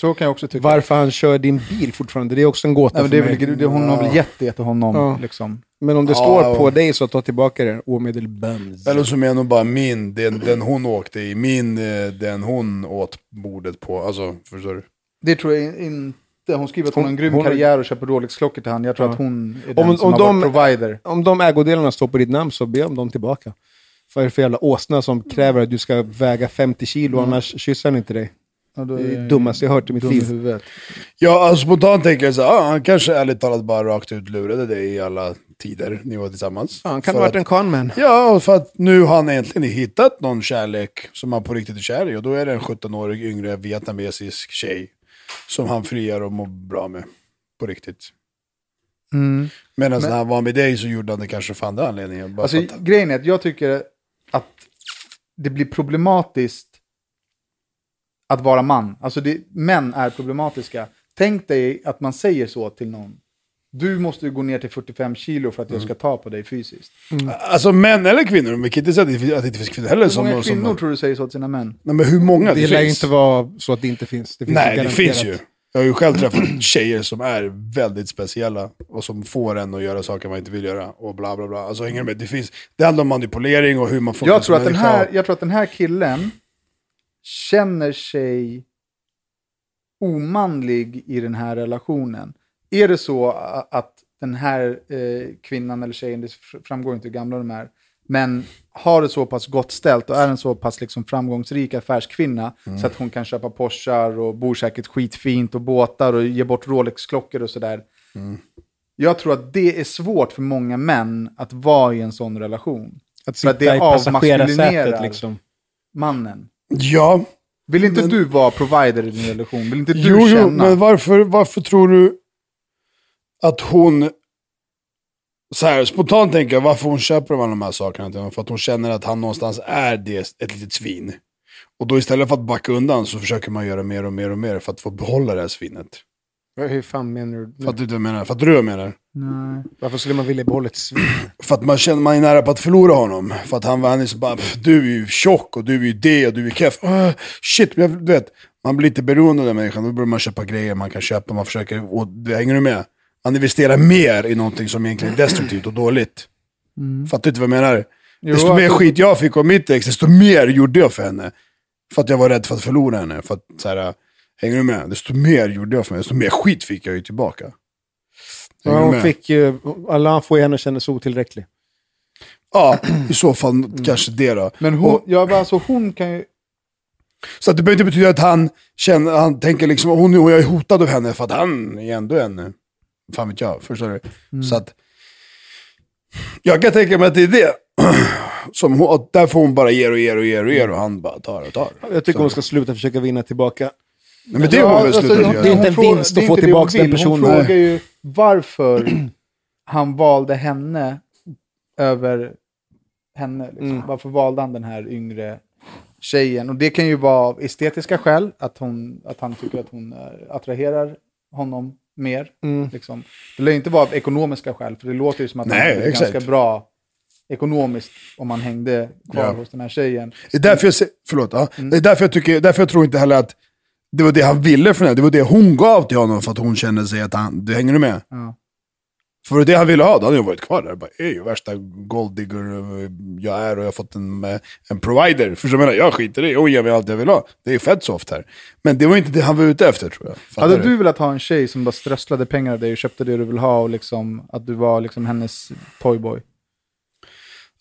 Så kan jag också tycka. Varför han kör din bil fortfarande, det är också en gåta Nej, men det är för mig. väl, det, hon har väl gett det till honom. Ja. Liksom. Men om det Ja, står ja. på dig så ta tillbaka det omedelbums. Eller så menar hon bara min, den, den hon åkte i, min, eh, den hon åt bordet på. Alltså, förstår du? Det tror jag inte. Hon skriver att hon, har en grym hon- karriär och köper Rolex-klockor till han. Jag tror Ja. att hon är den Om- som om har de- varit provider. Om de ägodelarna står på ditt namn så be om dem tillbaka. Vad är det för jävla åsna som kräver att du ska väga 50 kilo annars kysser han inte dig? Ja, då Det är jag det dummaste jag hört i mitt dum i liv. huvudet. Ja, alltså, spontant tänker jag så här, ah, han kanske ärligt talat bara rakt ut lurade dig i alla tider ni var tillsammans. Ja, han kan För ha varit att- en conman. Ja, för att nu har han äntligen hittat någon kärlek som han på riktigt är kär i. Och då är det en 17-årig yngre vietnamesisk tjej som han friar och mår bra med. På riktigt. Mm. Medan Men- när han var med dig så gjorde han det kanske för andra anledningar. Bara Alltså, för att- grejen är att jag tycker att det blir problematiskt att vara man. Alltså det, män är problematiska. Tänk dig att man säger så till någon. Du måste ju gå ner till 45 kilo för att Mm. jag ska ta på dig fysiskt. alltså män eller kvinnor, men vi kan inte säga att det finns- att det inte finns kvinnor heller Hur som... många som kvinnor tror du säger så till sina män? Nej, men hur många? Det lär ju finns. inte vara så att det inte finns. Det finns Nej, det garanterat. finns ju. Jag har ju själv träffat tjejer som är väldigt speciella och som får en att göra saker man inte vill göra och bla bla bla. Alltså hänger du med? Det, finns, det handlar om manipulering och hur man funkar Jag tror, som att den människa. här, jag tror att den här killen känner sig omanlig i den här relationen. Är det så a- att den här eh, kvinnan eller tjejen, det f- framgår inte hur gamla de är, men har det så pass gott ställt och är en så pass liksom framgångsrik affärskvinna så att hon kan köpa Porschar och bor säkert skitfint och båtar och ger bort Rolex-klockor och sådär. Jag tror att det är svårt för många män att vara i en sån relation. Att För sitta att det i passagerarsätet avmaskulinerar. liksom. Mannen. Ja, Vill inte du vara provider i din relation? Vill inte du jo, känna? jo, men varför, varför tror du att hon... Så här, spontant tänker jag varför hon köper alla de här sakerna till honom. För att hon känner att han någonstans är det, ett litet svin. Och då istället för att backa undan så försöker man göra mer och mer och mer för att få behålla det här svinet. Hur fan menar du? Fattar du vad jag menar? Fattar du vad jag menar? Nej. Varför skulle man vilja behålla ett svin? För att man känner man är nära på att förlora honom. För att han, han är så bara, "Pff, du är ju tjock och du är ju det och du är ju keff. Ah, shit, men jag, du vet. Man blir lite beroende av den människan. Då börjar man köpa grejer man kan köpa. Man försöker, och, det- hänger du med? Man investerar mer i någonting som egentligen är destruktivt och dåligt. Fattar du inte vad jag menar? desto mer skit jag fick av mitt ex, desto mer gjorde jag för henne. För att jag var rädd för att förlora henne. För att, så här, äh, hänger du med? Desto mer gjorde jag för henne, desto mer skit fick jag ju tillbaka. Hänger Ja, du hon med? fick ju, alla han får ju henne att känna sig otillräcklig. Ja, i så fall kanske det då. Men hon, Och- ja, men alltså hon kan ju... så att det behöver inte betyda att han, känner, han tänker liksom, hon och jag är hotad av henne för att han är ändå en, fan vet jag, förstår du? Mm. Så att, jag kan tänka mig att det är det. Som hon, att där får hon bara ger och ger och ger och ger och han bara tar och tar. Jag tycker hon ska sluta försöka vinna tillbaka. Nej, men det har hon väl slutat hon- göra. alltså, det är inte en hon frågar- vinst att alltså, det är få inte det tillbaka hon den vill. personen. Hon frågar ju varför han valde henne över henne. Liksom. Mm. Varför valde han den här yngre tjejen? Och det kan ju vara av estetiska skäl, att, hon, att han tycker att hon eh, attraherar honom. mer. Mm. Liksom. Det lär ju inte vara av ekonomiska skäl, för det låter ju som att Nej, det är exakt. ganska bra ekonomiskt om man hängde kvar Ja. hos den här tjejen. Det är därför jag, se- förlåt, ja. Mm. det är därför jag, tycker, därför jag tror inte heller att det var det han ville från henne. Det var det hon gav till honom för att hon kände sig att han... Du hänger du med? Ja. För det var det han ville ha, då hade jag varit kvar där. Bara, jag är ju värsta golddigger eh, jag är och jag har fått en, eh, en provider. Förstår du vad jag menar? Jag skiter i och ger mig allt jag vill ha. Det är ju fett soft här. Men det var inte det han var ute efter tror jag. Fattar Hade du velat ha en tjej som bara strösslade pengar av dig och köpte det du vill ha och liksom, att du var liksom hennes toyboy?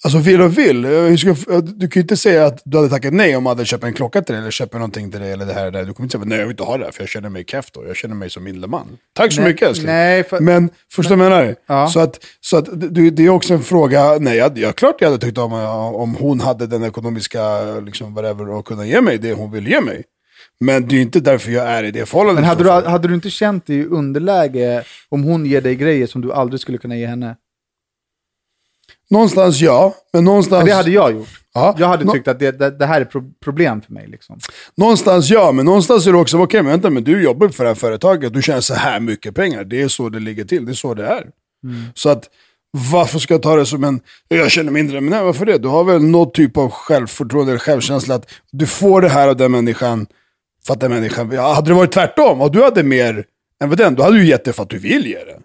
Alltså vill och vill. Eh, hur ska jag- eh, Du kan ju inte säga att du hade tackat nej om man hade köpt en klocka till dig eller köpt någonting till dig eller det här och det där. Du kommer inte säga nej jag vill inte ha det här för jag känner mig keff då. Jag känner mig som mindre man. Tack så Nej, mycket älskling. nej, för- Men förstår du vad jag menar? Ja. Så, att, så att du, det är också en fråga. Nej, jag, jag klart jag hade tyckt om eh, om hon hade den ekonomiska, liksom whatever, och kunna ge mig det hon vill ge mig. Men det är ju inte därför jag är i det förhållandet. Men hade så du, att säga. hade du inte känt dig i underläge om hon ger dig grejer som du aldrig skulle kunna ge henne? Någonstans ja, men någonstans... För det hade jag gjort. Alltså, Ja. Jag hade Nå- tyckt att det, det, det här är pro- problem för mig. Liksom. Någonstans ja, men någonstans är det också, okej, men vänta, men du jobbar för det här företaget, du tjänar så här mycket pengar, det är så det ligger till, det är så det är. Mm. Så att varför ska jag ta det som en, jag känner mindre, men nej, varför det? Du har väl någon typ av självförtroende eller självkänsla att du får det här av den människan, för att den människan, ja, hade det varit tvärtom, och du hade mer än vad den, då hade du gett det för att du vill ge det.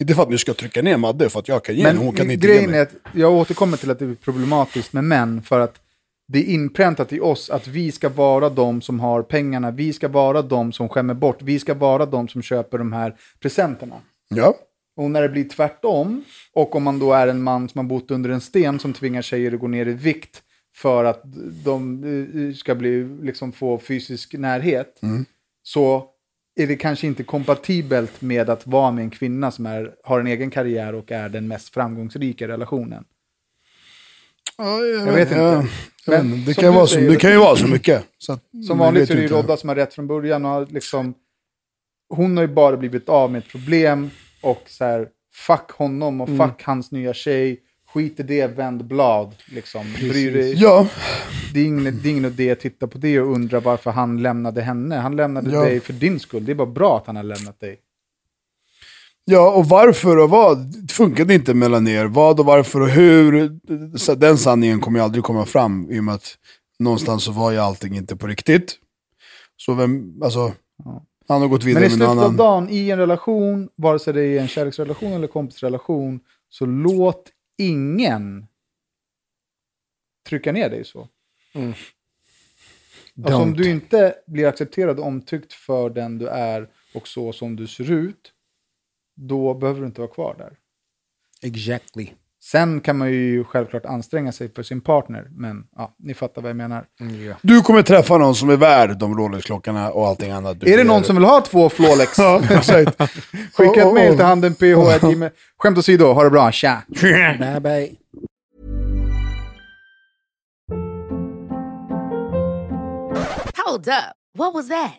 Inte för att du ska trycka ner Madde för att jag kan ge Mm. Men henne, hon kan inte ge grejen mig. är att jag återkommer till att det är problematiskt med män för att det är inpräntat i oss att vi ska vara de som har pengarna, vi ska vara de som skämmer bort, vi ska vara de som köper de här presenterna. Ja. Och när det blir tvärtom, och om man då är en man som har bott under en sten som tvingar tjejer att gå ner i vikt för att de eh, ska bli, liksom få fysisk närhet, så är det kanske inte kompatibelt med att vara med en kvinna som är, har en egen karriär och är den mest framgångsrika i relationen. Ja, jag, vet inte. ja, jag vet Men inte. Det, som kan, ju du vara så, säger- det kan ju vara så mycket. Så att, Som man Mm, vanligt vet så är det ju inte. Rodda som har rätt från början. Och har liksom, hon har ju bara blivit av med ett problem och så här, fuck honom och fuck Mm. hans nya tjej. Skit i det, vänd blad. Liksom. Bryr dig. Ja, Det, är ingen, det är ingen idé att titta på det och undra varför han lämnade henne. Han lämnade Ja. dig för din skull. Det är bara bra att han har lämnat dig. Ja, och varför och vad funkade inte mellan er? Vad och varför och hur? Så den sanningen kommer ju aldrig komma fram i och med att någonstans så var ju allting inte på riktigt. Så vem, alltså, han har gått Men vidare i med någon slutet av annan. dagen, i en relation, vare sig det är en kärleksrelation eller kompisrelation, så låt ingen trycka ner dig så. Alltså om du inte blir accepterad och omtyckt för den du är och så som du ser ut, då behöver du inte vara kvar där. Exactly. Sen kan man ju självklart anstränga sig för sin partner, men ja, ni fattar vad jag menar. Du kommer träffa någon som är värd de Rolex-klockorna och allting annat. Du Är det ger. någon som vill ha två flålex? Ja, exakt. Oh, Skicka ett mejl till honom. handen ph. Skämt åsido, ha det bra, tja! Bye bye. Hold up. What was that?